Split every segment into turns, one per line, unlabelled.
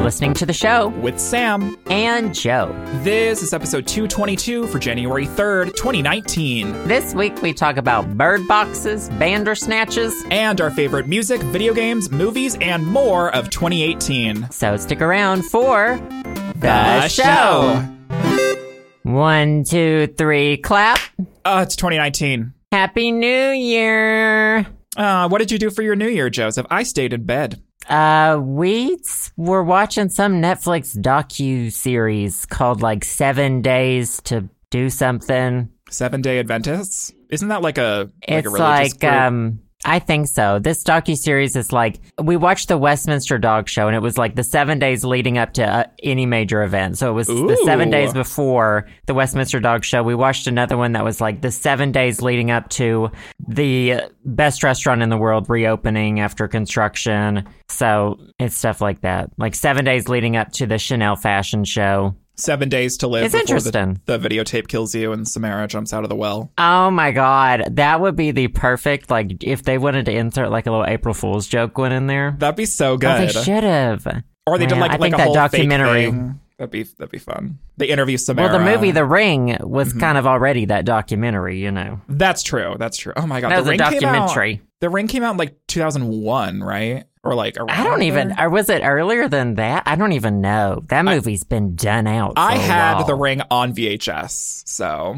listening to the show
with Sam.
and Joe.
This is episode 222 for January 3rd, 2019,
This week we talk about bird boxes, bandersnatches,
and our favorite music, video games, movies, and more of 2018.
so stick around for the, One, two, three, clap.
Uh, it's 2019.
Happy New Year.
Uh, what did you do for your new year, Joseph? I stayed in bed.
Uh, we s- were watching some Netflix docu series called like Seven Days to Do Something.
Seven Day Adventists? Isn't that like a like
it's
a religious
like
group?
um I think so. This docu series is like we watched the Westminster Dog Show, and it was like the seven days leading up to uh, any major event. So it was the seven
Ooh.
days before the Westminster Dog Show. We watched another one that was like the seven days leading up to the best restaurant in the world reopening after construction. So it's stuff like that, like seven days leading up to the Chanel fashion show.
Seven Days to Live.
It's
before the-
interesting.
The, videotape kills you and Samara jumps out of the well.
Oh my god, that would be the perfect like if they wanted to insert like a little April Fool's joke one in there.
That'd be so good.
Oh, they should have.
Or they did
Yeah,
like,
I
like
think
a
that
whole fake
documentary-
thing. um, That'd be that'd be fun. They interview Samara.
Well, the movie The Ring was
mm-hmm.
kind of already that documentary, you know.
That's true. That's true. Oh my god,
That
the
was a
ring Came
documentary.
out, the ring came out in like 2001, right? Or like around
I don't even,
there?
or was it earlier than that? I don't even know. That movie's been done out. For
I
a
had
while.
the ring on VHS, so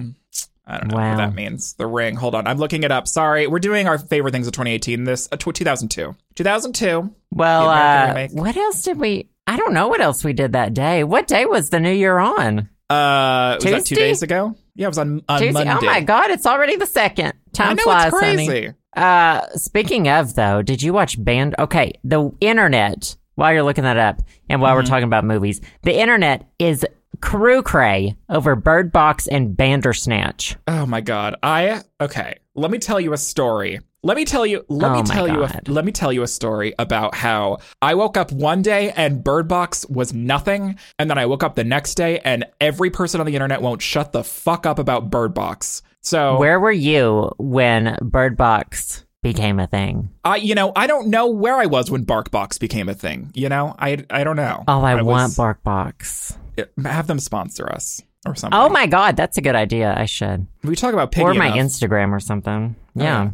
I don't know
Wow.
what that means. The ring. Hold on, I'm looking it up. Sorry, we're doing our favorite things of 2018. This uh, tw- 2002, 2002.
Well,
the American
uh,
remake.
what else did we? I don't know what else we did that day. What day was the new year on?
Uh, was that two
Tuesday?
days ago? Yeah, it was on, on
Tuesday.
Monday.
Oh my God, it's already the second.
I
Time
know
flies,
it's crazy.
honey. Uh, speaking of though, did you watch Band? Okay, the internet. While you're looking that up, and while we're
Mm-hmm.
talking about movies, the internet is crew cray over Bird Box and Bandersnatch.
Oh my god. I okay. Let me tell you a story. Let me tell you let
Oh
me
my
tell you a,
God.
let me tell you a story about how I woke up one day and Bird Box was nothing and then I woke up the next day and every person on the internet won't shut the fuck up about Bird Box. So
Where were you when Bird Box became a thing?
I you know, I don't know where I was when Bark Box became a thing, you know? I I don't know.
Oh, I, want
was-
Bark Box.
have them sponsor us or something.
Oh my God, that's a good idea. I should.
we talk about Piggy
or my
enough. Oh,
Instagram or something. Yeah.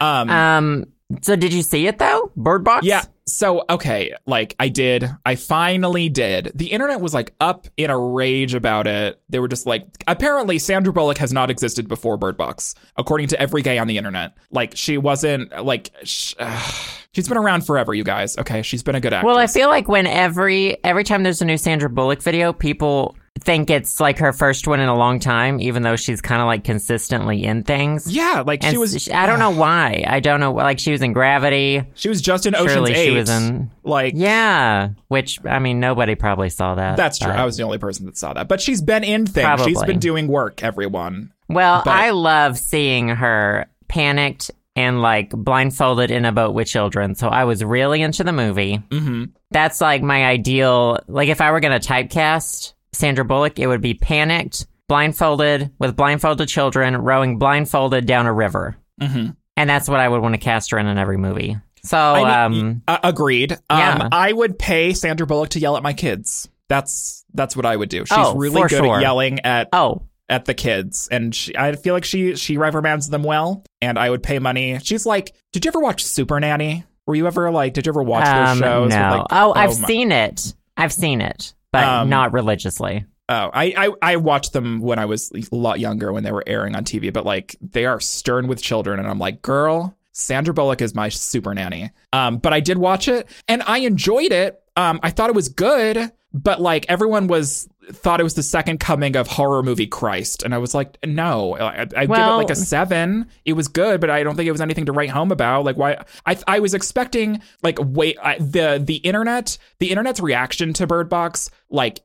um
Um. So did you see it though? Bird Box.
Yeah. So, okay, like I did. I finally did. The internet was like up in a rage about it. They were just like, apparently Sandra Bullock has not existed before Bird Box, according to every gay on the internet. Like, she wasn't, like, sh- she's been around forever, you guys. Okay. She's been a good actress.
Well, I feel like when every every time there's a new Sandra Bullock video, people think it's like her first one in a long time, even though she's kind of like consistently in things.
yeah. Like,
And
she was,
s- I don't know why. I don't know. Like she was in Gravity.
she was just in Ocean's
Surely she
8.
was in-
like,
Yeah, which I mean, nobody probably saw that.
that's true.
but-
I was the only person that saw that. But she's been in things. She's
Probably.
been doing work, everyone.
Well,
But-
I love seeing her panicked and like blindfolded in a boat with children. So I was really into the movie. Mm-hmm. That's like my ideal. Like if I were going to typecast Sandra Bullock, it would be panicked, blindfolded with blindfolded children, rowing blindfolded down a river.
Mhm.
And that's what I would want to cast her in in every movie. So,
I mean,
um,
uh, agreed. Um,
Yeah.
I would pay Sandra Bullock to yell at my kids. That's that's what I would do. She's
Oh,
really
for
good
sure.
at yelling at
oh,
at the kids, and she, I feel like she she reprimands them well. And I would pay money. She's like, did you ever watch Super Nanny? Were you ever like, did you ever watch
um,
those shows? with,
no.
like-
oh, I've
my-
seen it. I've seen it, but
Um,
not religiously.
Oh, I, I I watched them when I was a lot younger when they were airing on TV. But like, they are stern with children, and I'm like, girl, Sandra Bullock is my super nanny. Um, but I did watch it, and I enjoyed it. Um, I thought it was good, but like everyone was thought it was the second coming of horror movie Christ, and I was like, no, I, I I'd give
Well-
it like a seven. It was good, but I don't think it was anything to write home about. Like why I I was expecting like wait I, the the internet the internet's reaction to Bird Box like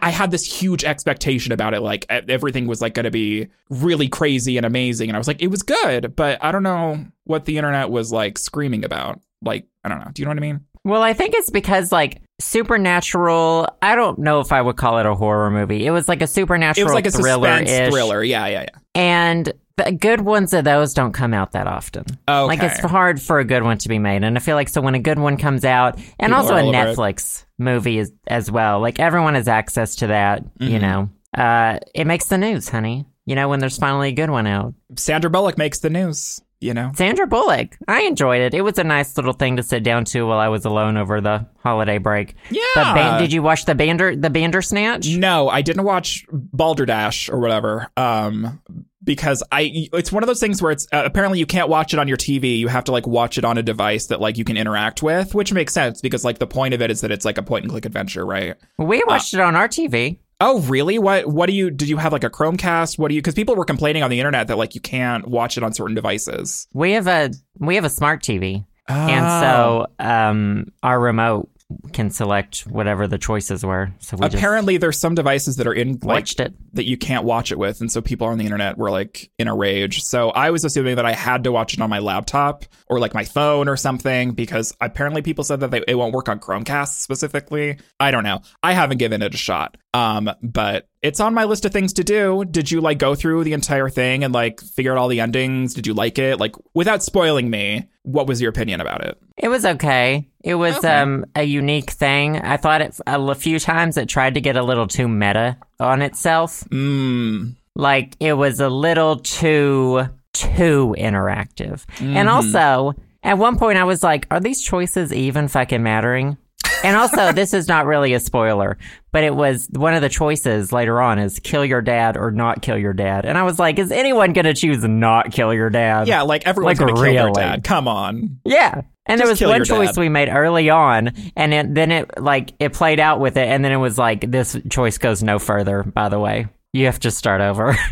I had this huge expectation about it. Like e- everything was like going to be really crazy and amazing, and I was like, it was good, but I don't know what the internet was like screaming about. Like I don't know. Do you know what I mean?
Well, I think it's because like supernatural. I don't know if I would call it a horror movie. It was like a supernatural
It was like a
thriller
suspense
ish,
thriller. Yeah, yeah, yeah.
and the good ones of those don't come out that often.
Okay.
Like it's hard for a good one to be made, and I feel like so when a good one comes out, and
People
also
are
a
all over it.
Netflix movie is, as well, like everyone has access to that. You
Mm-hmm.
know, uh, it makes the news, honey. You know when there's finally a good one out.
Sandra Bullock makes the news, you know?
Sandra Bullock, I enjoyed it. It was a nice little thing to sit down to while I was alone over the holiday break.
Yeah.
The ban- did you watch the Bander the Bandersnatch?
No, I didn't watch Balderdash or whatever. Um, because I, it's one of those things where it's uh, apparently you can't watch it on your TV. You have to like watch it on a device that like you can interact with, which makes sense because like the point of it is that it's like a point and click adventure, right?
We watched it on our TV.
Oh, really? What? What do you? Did you have like a Chromecast? What do you? Because people were complaining on the internet that like you can't watch it on certain devices.
We have a we have a smart TV. And
Oh.
so um, our remote can select whatever the choices were. So we
apparently there's some devices that are in
just
like
watched it.
that you can't watch it with. And so people on the internet were like in a rage. So I was assuming that I had to watch it on my laptop or like my phone or something because apparently people said that they, it won't work on Chromecast specifically. I don't know. I haven't given it a shot. Um, but it's on my list of things to do. Did you like go through the entire thing and like figure out all the endings? Did you like it? Like without spoiling me, what was your opinion about it?
It was okay. It was
Okay.
um, a unique thing. I thought it a l- few times it tried to get a little too meta on itself.
Mm,
Like it was a little too too interactive.
Mm-hmm.
And also, at one point I was like, are these choices even fucking mattering? And also, this is not really a spoiler, but it was one of the choices later on is kill your dad or not kill your dad. And I was like, is anyone going to choose not kill your dad?
yeah, like everyone's
Like,
gonna kill their
really?
dad. Come on.
Yeah. And
Just
there
kill
was one
your
choice
dad.
we made early on, and it, then it like it played out with it, and then it was like this choice goes no further. By the way, you have to start over.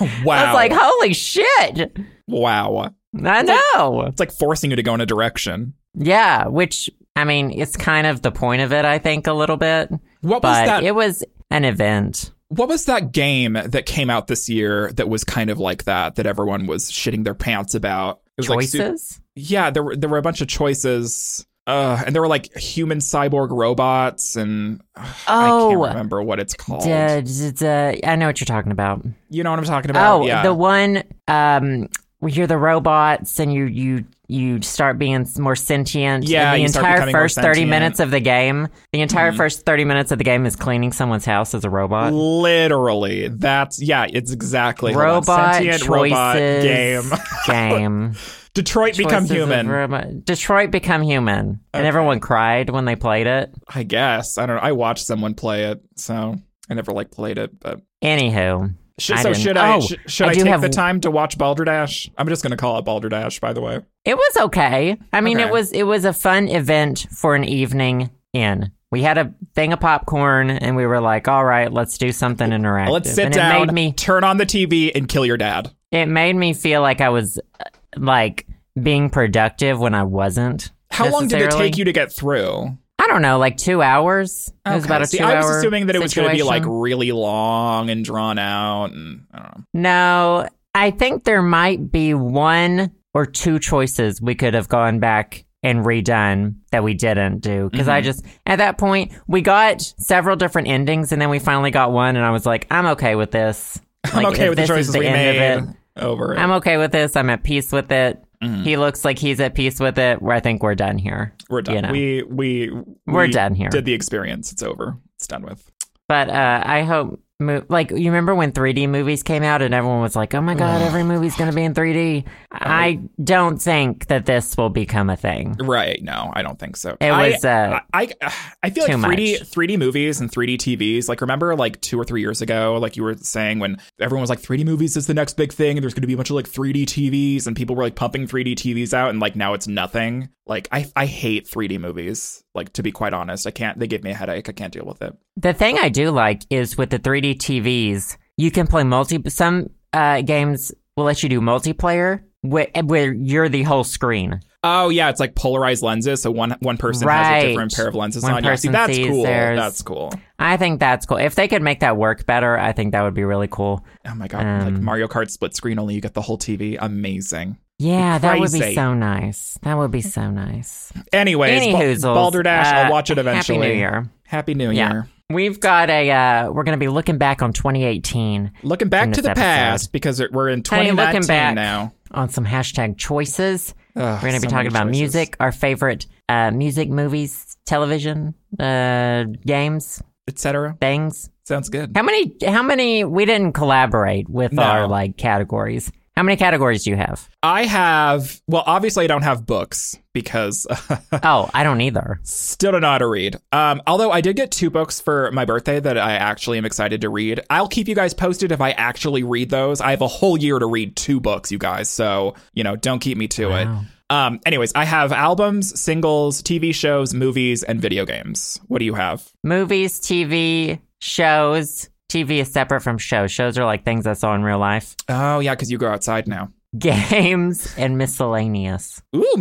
Wow.
I was like, holy shit!
wow.
I know.
It's like forcing you to go in a direction.
Yeah, which I mean, it's kind of the point of it, I think, a little bit.
What was
But
that?
it was an event.
what was that game that came out this year that was kind of like that that everyone was shitting their pants about? It was Like, su-
Choices.
yeah, there were there were a bunch of choices, uh, and there were like human cyborg robots, and ugh, I
Oh.
can't remember what it's called.
Duh, duh, duh, duh. I know what you're talking about.
You know what I'm talking about?
Oh,
yeah.
the one um, where you're the robots and you you you start being s- more sentient.
Yeah,
the
you start
entire
becoming more
first thirty
sentient. Mm-hmm.
minutes of the game. The entire first thirty minutes of the game is cleaning someone's house as a robot.
Literally, that's yeah. It's exactly hold on.
Robot
sentient
choices
robot game.
game.
Detroit become
Choices of
human.
robot- Detroit become human, and everyone cried when they played it.
I guess I don't know. I watched someone play it, so I never like played it, but
Anywho,
Sh-
I
so
didn't-
should I
Oh,
sh- should I,
I do
take
have-
the time to watch Balderdash? I'm just gonna call it Balderdash, by the way.
it was okay. I mean,
Okay.
it was it was a fun event for an evening in. We had a thing of popcorn, and we were like, "All right, let's do something interactive."
Let's sit
and
down,
It made me
turn on the TV, and kill your dad.
It made me feel like I was uh, like being productive when I wasn't.
How long did it
necessarily.
take you to get through?
I don't know, like two hours. It was
Okay,
about a
see,
two
I was
hour
assuming that it was gonna be like
situation.
really long and drawn out, and I don't know.
No, I think there might be one or two choices we could have gone back and redone that we didn't do because
Mm-hmm.
I just at that point we got several different endings and then we finally got one and I was like, I'm okay with this.
I'm
Like,
okay
if
with the
this is
choices we
end of
made.
it,
Over it.
I'm okay with this. I'm at peace with it.
Mhm.
He looks like he's at peace with it. Where I think we're done here.
We're done.
you know.
We we
We're
we
done here.
Did the experience? It's over. It's done with.
But uh, I hope, mo- like, you remember when 3D movies came out and everyone was like, oh my
Mm.
God, every movie's going to be in 3D. I don't think that this will become a thing.
Right? No, I don't think so.
It
I-
was, uh,
I I- I feel like
too
3D
much.
3D movies and 3D TVs. Like remember like two or three years ago, like you were saying when everyone was like 3D movies is the next big thing, and there's going to be a bunch of like 3D TVs, and people were like pumping 3D TVs out, and like now it's nothing. Like I I hate 3D movies. Like to be quite honest, I can't. They give me a headache. I can't deal with it.
the thing I do like is with the 3D TVs, you can play multi, some uh, games will let you do multiplayer where, where you're the whole screen.
Oh yeah, it's like polarized lenses, so one one person has a
Right.
different pair of lenses
One
on. Yeah, see
person
that's
sees
cool.
theirs.
That's cool.
I think that's cool. If they could make that work better, I think that would be really cool.
Oh my god, like
Um,
Mario Kart split screen only you get the whole TV. Amazing.
Yeah, that would
Crazy.
be so nice. That would be so nice.
Anyways,
Any
Bal-
hoozles,
Balderdash,
uh,
I'll watch it eventually.
Happy New Year.
Happy New
Yeah.
Year.
We've got a. Uh, we're going to be looking back on 2018
Looking back
In
to
this
the
episode.
past because it- we're in
Hey, looking
2019
back.
now.
on some hashtag choices.
Ugh,
We're going to
so
be talking
many
about
choices.
music, our favorite uh, music, movies, television, uh, games,
etc.
things.
Sounds good.
How many? How many? We didn't collaborate with
No.
our like categories. How many categories do you have?
I have well, obviously I don't have books because
oh, I don't either.
still don't know how to read. Um, although I did get two books for my birthday that I actually am excited to read. I'll keep you guys posted if I actually read those. I have a whole year to read two books, you guys. So you know, don't keep me to
Wow.
it. Um, anyways, I have albums, singles, TV shows, movies, and video games. What do you have?
Movies, TV, shows. TV is separate from shows. Shows are like things I saw in real life.
Oh yeah, because you go outside now.
Games and miscellaneous
Ooh,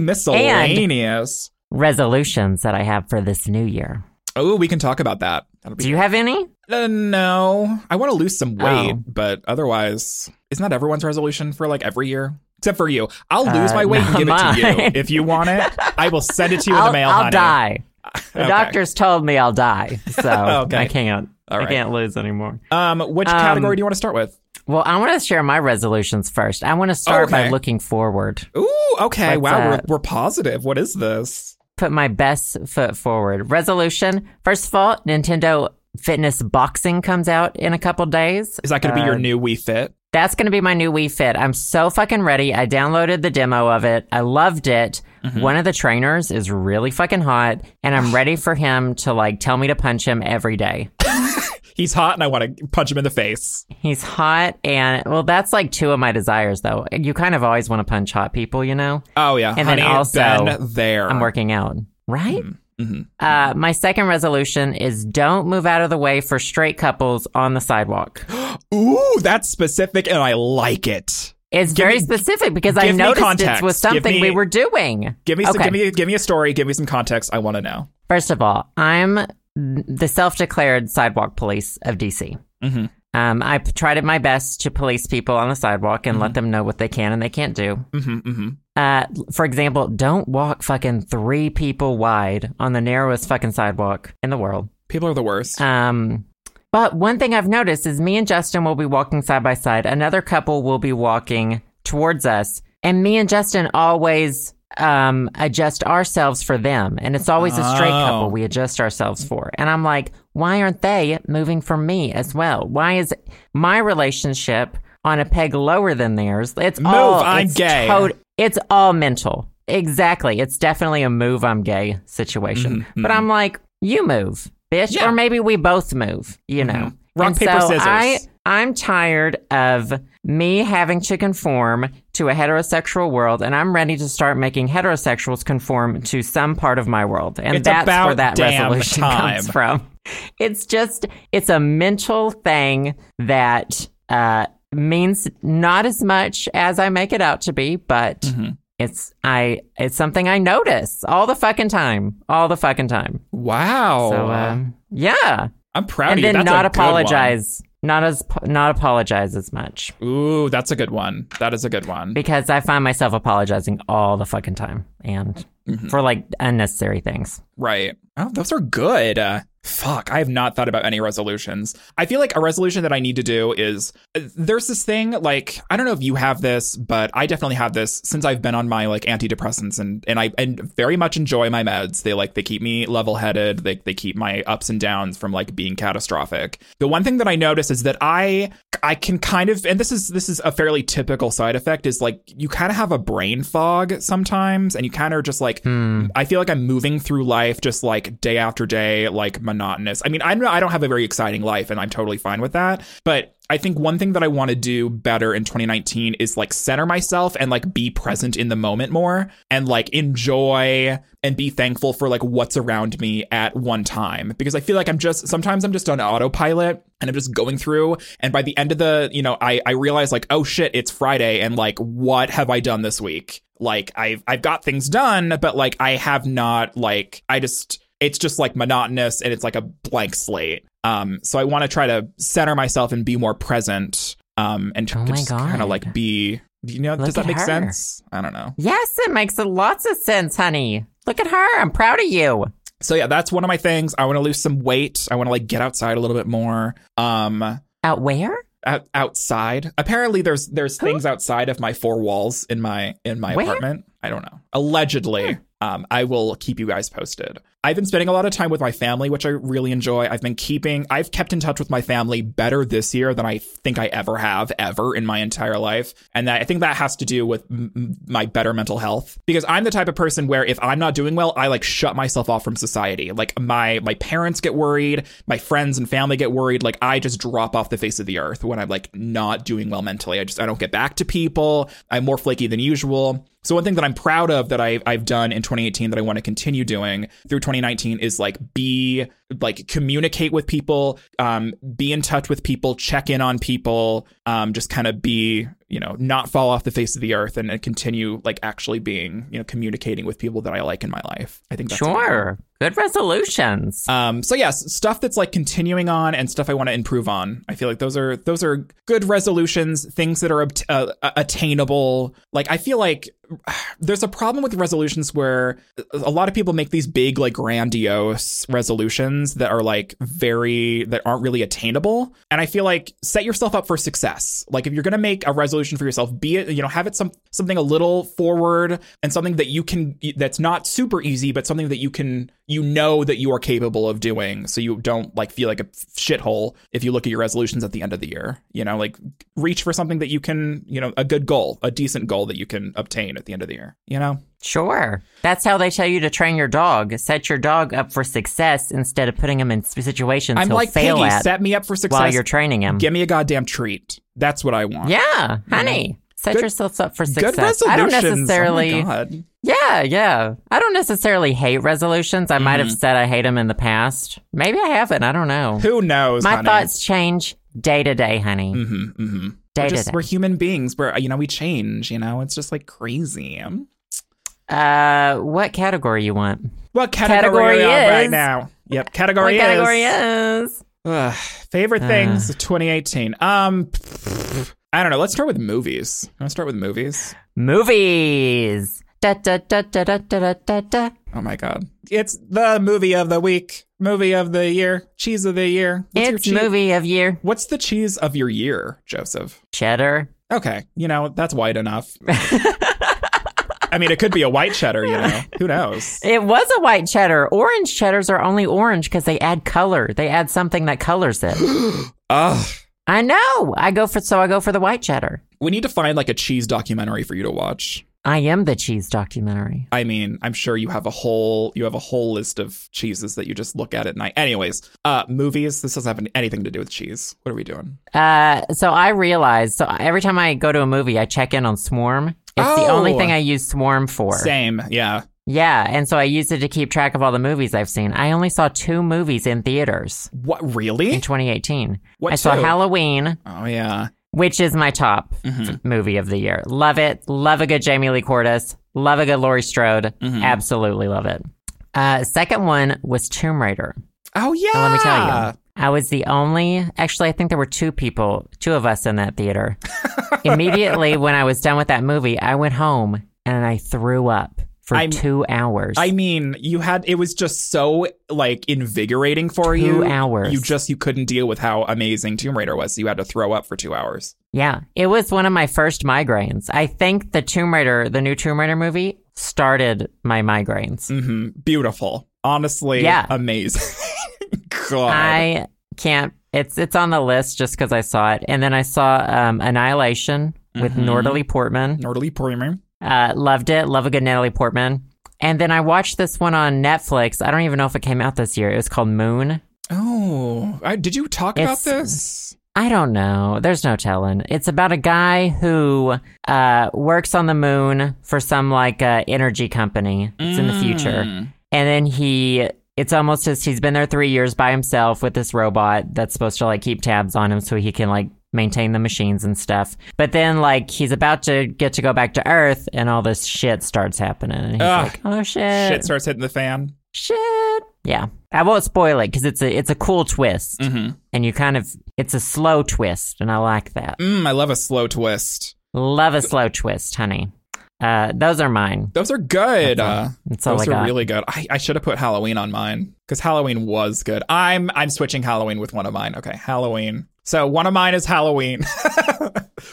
miscellaneous.
resolutions that I have for this new year.
Oh, we can talk about that. That'll be
Do you have any?
Uh, no, I want to lose some weight,
Oh.
but otherwise, isn't that everyone's resolution for like every year? Except for you, I'll lose
Uh,
my weight and
no,
give it to you
mine.
if you want it. I will send it to you in
I'll,
the mail,
I'll
honey.
die. The
Okay.
doctors told me I'll die, so
Okay.
I can't.
All right.
I can't lose anymore.
Um, which
Um,
category do you want to start with?
Well, I want to share my resolutions first. I want to start by
Okay.
looking forward.
Ooh, okay,
Let's,
wow, we're,
uh,
we're positive. What is this?
put my best foot forward. Resolution. First of all, Nintendo Fitness Boxing comes out in a couple days.
Is that going to be
uh,
your new Wii Fit?
That's going to be my new Wii Fit. I'm so fucking ready. I downloaded the demo of it. I loved it.
Mm-hmm.
One of the trainers is really fucking hot, and I'm ready for him to like tell me to punch him every day.
He's hot, and I want to punch him in the face.
He's hot, and well, that's like two of my desires though. You kind of always want to punch hot people, you know?
Oh yeah,
And then
honey,
also,
been there.
I'm working out, right?
Mhm.
Uh, my second resolution is don't move out of the way for straight couples on the sidewalk.
Ooh, that's specific, and I like it.
It's very specific because I
give me
noticed it
context.
was
Give
something
me-
we were doing.
Give me, some,
Okay.
give me, give me a story. Give me some context. I want to know.
First of all, I'm the self declared sidewalk police of DC.
Mhm.
Um, I p- tried my best to police people on the sidewalk and let them know what they can and they can't do.
Mm-hmm, mm-hmm.
Uh, for example, don't walk fucking three people wide on the narrowest fucking sidewalk in the world.
People are the worst.
Um, but one thing I've noticed is me and Justin will be walking side by side. Another couple will be walking towards us, and me and Justin always um, adjust ourselves for them. And it's always a straight
Oh.
couple we adjust ourselves for. And I'm like, why aren't they moving for me as well? Why is my relationship on a peg lower than theirs? It's
Move,
all
I'm
it's
gay.
tot- it's all mental. Exactly. It's definitely a move I'm gay situation.
Mm-hmm.
But I'm like, you move, bitch.
Yeah. Mm-hmm.
Or maybe we both move, you know.
Rock,
And
paper,
so
scissors.
I, I'm tired of me having to conform to a heterosexual world, and I'm ready to start making heterosexuals conform to some part of my world. And
It's
that's where
about
that
damn
resolution
time.
comes from. It's just, it's a mental thing that uh, means not as much as I make it out to be, but.
Mm-hmm.
It's I it's something I notice all the fucking time, all the fucking time.
Oh, wow.
So um, yeah,
I'm proud
and
of you.
then
That's
not
a good one.
apologize, not as not apologize as much
Ooh, that's a good one. That is a good one.
because I find myself apologizing all the fucking time and
Mm-hmm.
for like unnecessary things.
Right. Oh, those are good. Uh, fuck, I have not thought about any resolutions. I feel like a resolution that I need to do is uh, there's this thing like I don't know if you have this, but I definitely have this since I've been on my like antidepressants and and I and very much enjoy my meds. They like they keep me level headed. They they keep my ups and downs from like being catastrophic. The one thing that I notice is that I I can kind of and this is this is a fairly typical side effect is like you kind of have a brain fog sometimes and you kind of are just like I feel like I'm moving through life just like day after day, like monotonous. I mean, I don't I don't have a very exciting life, and I'm totally fine with that. But I think one thing that I want to do better in 2019 is like center myself and like be present in the moment more and like enjoy and be thankful for like what's around me at one time because I feel like I'm just sometimes I'm just on autopilot and I'm just going through and by the end of the, you know, I I realize like oh shit, it's Friday and like what have I done this week? like I've I've got things done, but like I have not like I just it's just like monotonous and it's like a blank slate. Um, so I want to try to center myself and be more present. Um, and
Oh my
kind of
God.
like be you know does
Look
that
at
make
her.
sense? I don't know.
Yes, it makes lots of sense, honey. Look at her. I'm proud of you.
So yeah, that's one of my things. I want to lose some weight. I want to like get outside a little bit more. Um,
Out where?
out, outside. Apparently, there's there's things outside of my four walls in my in my
Where?
apartment. I don't know. Allegedly, um, I will keep you guys posted. I've been spending a lot of time with my family, which I really enjoy. I've been keeping. I've kept in touch with my family better this year than I think I ever have ever in my entire life, and that, I think that has to do with m- m- my better mental health because I'm the type of person where if I'm not doing well, I like shut myself off from society. Like my my parents get worried, my friends and family get worried. Like I just drop off the face of the earth when I'm like not doing well mentally. I just I don't get back to people. I'm more flaky than usual. So one thing that I'm proud of that I I've done in 2018 that I want to continue doing through 2019 is like be like communicate with people, um, be in touch with people, check in on people, um, just kind of be you know not fall off the face of the earth and, and continue like actually being you know communicating with people that I like in my life. I think that's
Sure. Good resolutions.
um, so yes, stuff that's like continuing on and stuff I want to improve on. I feel like those are those are good resolutions, things that are obt- uh, uh, attainable. Like I feel like there's a problem with resolutions where a lot of people make these big like grandiose resolutions that are like very that aren't really attainable. And I feel like set yourself up for success. Like if you're going to make a resolution for yourself, be it you know have it some something a little forward and something that you can that's not super easy, but something that you can you know that you are capable of doing so you don't like feel like a shithole if you look at your resolutions at the end of the year you know like reach for something that you can you know a good goal a decent goal that you can obtain at the end of the year you know
Sure. That's how they tell you to train your dog. Set your dog up for success instead of putting him in s- situations
i'm
he'll
like
fail
piggy
at
set me up for
while
success
you're training him.
give me a goddamn treat that's what i want
yeah, honey. Set
Good-
yourselves up for
good
success.
resolutions
I don't
Oh my
necessarily.
God.
yeah, yeah. I don't necessarily hate resolutions. I might have said I hate them in the past. Maybe I haven't. I don't know.
Mm-hmm. who knows
My
honey?
thoughts change day to day, honey.
Mhm, mhm.
Day
we're
to
just
day.
we're human beings we're you know we change you know it's just like crazy
Uh, what category you want?
what category,
Category
are we on right
is-
now yep category
what category
is
is? Uh.
Ugh, favorite things of 2018. Um, I don't know. Let's start with movies. Let's start with movies.
Movies. Da, da, da, da, da, da, da, da.
Oh my god, it's the movie of the week, movie of the year, cheese of the year. What's your
It's
chee-
movie of year.
What's the cheese of your year, Joseph?
cheddar.
Okay, you know that's wide enough. I mean, it could be a white cheddar. You know, who knows?
It was a white cheddar. Orange cheddars are only orange because they add color. They add something that colors it.
Ugh.
I know. I go for so I go for the white cheddar.
We need to find like a cheese documentary for you to watch.
I am the cheese documentary.
I mean, I'm sure you have a whole you have a whole list of cheeses that you just look at at night. Anyways, uh, movies. This doesn't have anything to do with cheese. What are we doing?
Uh, so I realized. So every time I go to a movie, I check in on Swarm. It's the
Oh.
only thing I use Swarm for.
Same. Yeah.
Yeah, and so I use it to keep track of all the movies I've seen. I only saw two movies in theaters
What
in
really?
2018.
What
I saw
two?
Halloween,
Oh yeah.
which is my top
Mm-hmm.
f- movie of the year. Love it. Love a good Jamie Lee Curtis. Love a good Laurie Strode.
Mm-hmm.
Absolutely love it. Uh, second one was Tomb Raider.
Oh yeah.
Now, let me tell you, I was the only. Actually, I think there were two people, two of us in that theater. Immediately when I was done with that movie, I went home and I threw up for
I'm-
two hours.
I mean, you had it was just so like invigorating for
Two
you.
hours.
You just you couldn't deal with how amazing Tomb Raider was. So you had to throw up for two hours.
yeah, it was one of my first migraines. I think the Tomb Raider, the new Tomb Raider movie, started my migraines.
hmm Beautiful. Honestly.
Yeah.
Amazing. God.
I can't. It's it's on the list just because I saw it, and then I saw um, Annihilation with
Mhm.
Natalie Portman.
Nordly Primer.
Uh, loved it. Love a good Natalie Portman. And then I watched this one on Netflix. I don't even know if it came out this year. It was called Moon.
Oh, I, did you talk about
It's-
this?
I don't know. There's no telling. It's about a guy who uh, works on the moon for some like uh, energy company. It's in the future.
Mm.
And then he, it's almost as he's been there three years by himself with this robot that's supposed to like keep tabs on him so he can like maintain the machines and stuff. But then like he's about to get to go back to Earth and all this shit starts happening. And he's
Ugh.
like, oh
Shit
shit.
starts hitting the fan.
Shit. Yeah. I won't spoil it because it's a, it's a cool twist.
Mm-hmm.
And you kind of, it's a slow twist. And I like that.
Mm, I love a slow twist.
Love a slow twist, honey. Uh, those are mine.
Those are good. Uh,
That's all
those
I
are
got.
really good. I, I should have put Halloween on mine because Halloween was good. I'm I'm switching Halloween with one of mine. Okay, Halloween. So one of mine is Halloween.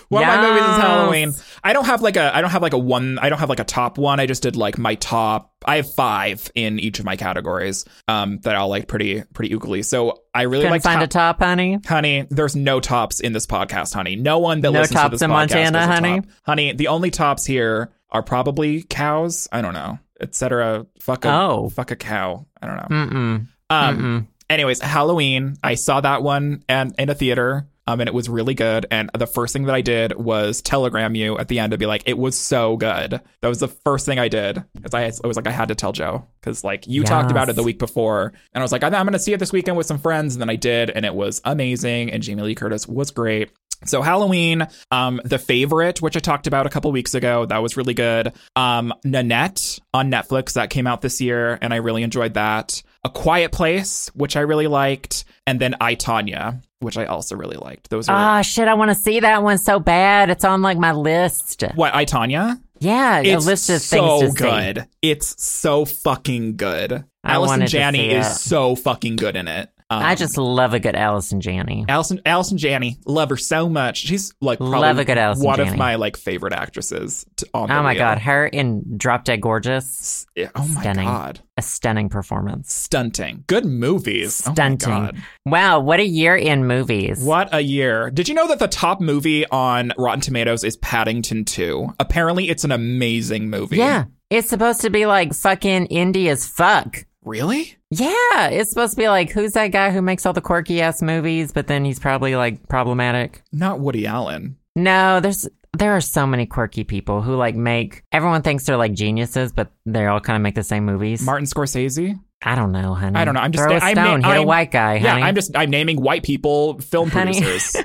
one of my movies is
Yes.
Halloween. I don't have like a I don't have like a one I don't have like a top one. I just did like my top I have five in each of my categories. Um that I'll like pretty pretty equally. So I really
Couldn't
like
find a top, honey.
Honey, there's no tops in this podcast, honey. No one that
No
listens to
tops
this
in
podcast
Montana,
is a
honey?
top. Honey, the only tops here are probably cows. I don't know, etc. Fuck a
Oh.
fuck a cow. I don't know.
Mm-mm.
Um.
Mm-mm.
Anyways, Halloween. I saw that one and in a theater. Um, and it was really good. And the first thing that I did was telegram you at the end to be like, it was so good. That was the first thing I did. Cause I, I was like, I had to tell Joe. Cause like you talked about it
Yes.
the week before. And I was like, I'm going to see it this weekend with some friends. And then I did. And it was amazing. And Jamie Lee Curtis was great. So Halloween, um, the favorite, which I talked about a couple weeks ago, that was really good. Um, Nanette on Netflix that came out this year, and I really enjoyed that. A Quiet Place, which I really liked, and then I Tanya, which I also really liked. Those are
Ah, shit! I want to see that one so bad. It's on like my list.
what I Tanya.
Yeah, a
It's
list of
so
things to see.
good. It's so fucking good.
I
Allison
wanted to
Janney
see
is
it.
so fucking good in it. Um,
I just love a good Allison Janney.
Allison Allison Janney, love her so much. She's like probably
Love a good Allison
one of
Janney.
my like favorite actresses. To, on the
Oh my
real.
god, her in Drop Dead Gorgeous,
S- yeah, Oh my
Stunning.
god.
a stunning performance.
Stunting. Good movies.
Stunting.
Oh my god.
Wow, what a year in movies.
What a year. Did you know that the top movie on Rotten Tomatoes is Paddington 2? Apparently it's an amazing movie.
Yeah, it's supposed to be like fucking indie as fuck.
Really?
Yeah, it's supposed to be like who's that guy who makes all the quirky ass movies, but then he's probably like problematic.
Not Woody Allen.
No, there's there are so many quirky people who like make everyone thinks they're like geniuses, but they all kind of make the same movies.
Martin Scorsese?
I don't know, honey.
I don't know. I'm just-
throw a
I'm
stone,
na-
hit a
I'm-
white guy,
Yeah,
honey.
I'm just I'm naming white people film
Honey.
producers.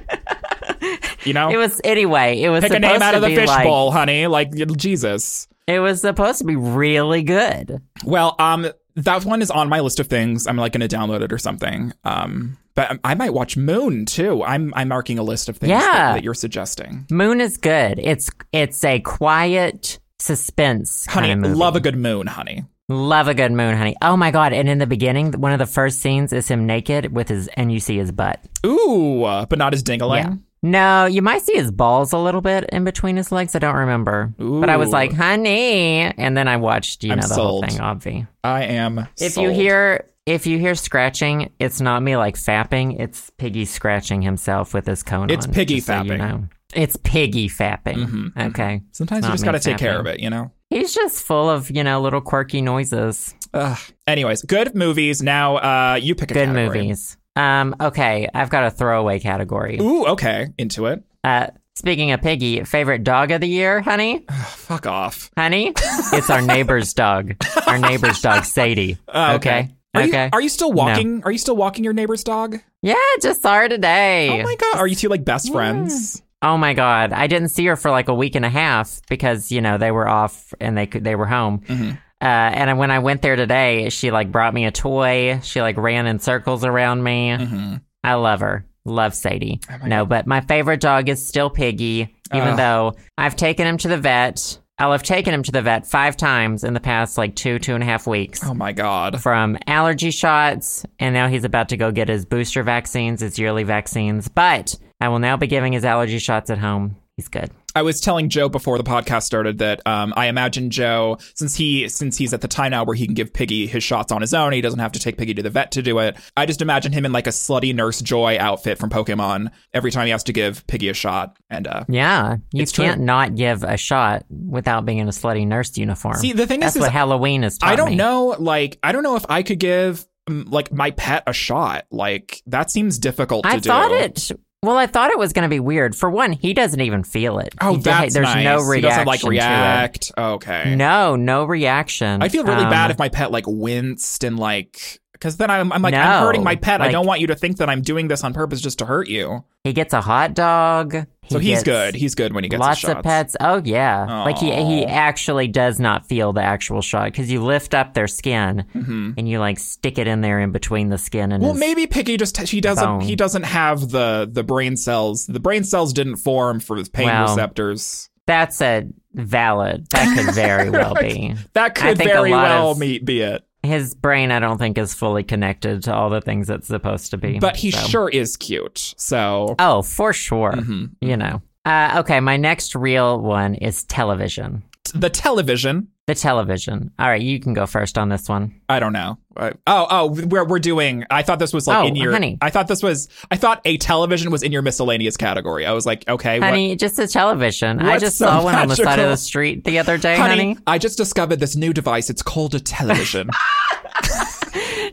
you know?
it was anyway. It was
Pick a
supposed
name out
to
of the
be like,
fishbowl, honey, like Jesus.
It was supposed to be really good.
Well, um, that one is on my list of things. I'm like going to download it or something. Um, but I might watch Moon too. I'm I'm marking a list of things that-
Yeah.
that you're suggesting.
Moon is good. It's it's a quiet suspense
Honey,
kind of movie.
love a good moon, honey.
Love a good moon, honey. Oh my god! And in the beginning, one of the first scenes is him naked with his, and you see his butt.
Ooh, uh, but not as dingling.
No, you might see his balls a little bit in between his legs. I don't remember, but I was
Ooh.
like, honey, and then I watched you
I'm
know the whole
sold.
thing. Obvi.
I am.
If
sold.
you hear if you hear scratching, it's not me like fapping. It's Piggy scratching himself with his cone.
It's
on,
Piggy
just so you
fapping.
know. It's Piggy fapping.
Mhm, mhm.
Okay.
sometimes you
not
just
me,
got to
it's
take care of
happening.
it, you know.
He's just full of, you know, little quirky noises.
Ugh. Anyways, good movies. Now, uh, you pick a
Good
category.
movies. Um, okay, I've got a throwaway category.
Ooh, okay, into it.
Uh, speaking of Piggy, favorite dog of the year, honey?
Ugh, fuck off.
Honey? It's our neighbor's dog. Our neighbor's dog, Sadie.
Oh, Are
Okay.
you,
Okay.
are you still walking? Are you still walking your neighbor's dog?
Yeah, just saw her today.
Oh my god, are you two like best
Yeah.
friends?
Oh my god, I didn't see her for like a week and a half because you know they were off and they could they were home.
Mhm.
Uh, and when I went there today, she like brought me a toy. She like ran in circles around me.
Mm-hmm.
I love her. Love Sadie.
Oh my
no, but my favorite dog is still Piggy, even
Ugh.
though I've taken him to the vet. I'll have taken him to the vet five times in the past like two, two and a half weeks
Oh my god.
from allergy shots, and now he's about to go get his booster vaccines, his yearly vaccines. But I will now be giving his allergy shots at home. He's good.
I was telling Joe before the podcast started that um, I imagine Joe, since he since he's at the time now where he can give Piggy his shots on his own, he doesn't have to take Piggy to the vet to do it. I just imagine him in like a slutty Nurse Joy outfit from Pokemon every time he has to give Piggy a shot. And uh,
Yeah, you
It's true.
can't not give a shot without being in a slutty nurse uniform.
see, the thing
That's
is, is
what Halloween is.
I don't know, like I don't know if I could give um, like my pet a shot. Like that seems difficult.
I
to
thought
do.
it. Well, I thought it was going to be weird. For one, he doesn't even feel it.
Oh,
He d-
that's
there's
nice.
no
He
reaction.
doesn't like
to it.
react. Okay.
No, no reaction.
I feel really
Um,
bad if my pet like winced and like because then I'm, I'm like
No,
I'm hurting my pet. I
like-
don't want you to think that I'm doing this on purpose just to hurt you.
He gets a hot dog.
So
gets
he's good. He's good when he gets his
Lots
shots.
of pets. Oh yeah, like he he
Aw.
actually does not feel the actual shot because you lift up their skin
Mhm.
and you like stick it in there in between the skin and
Well,
his-
maybe Piggy just she doesn't
Bone.
he doesn't have the the brain cells. The brain cells didn't form for his pain
Well.
receptors.
that's a valid. That could very well be.
That could
think a
very
lot
well
of-
me- be it.
His brain, I don't think, is fully connected to all the things it's supposed to be.
But he
so.
sure is cute. So
Oh, for sure.
mhm.
You know. Uh, okay, my next real one is television.
the television.
The television. All right, you can go first on this one.
I don't know. I- Oh, oh, we're we're doing. I thought this was like
Oh,
in your.
honey.
I thought this was. I thought a television was in your miscellaneous category. I was like, okay, what-
Honey, just the television. I
What's
just
so
saw one on the side of
magical?
the street the other day,
honey,
honey.
I just discovered this new device. It's called a television.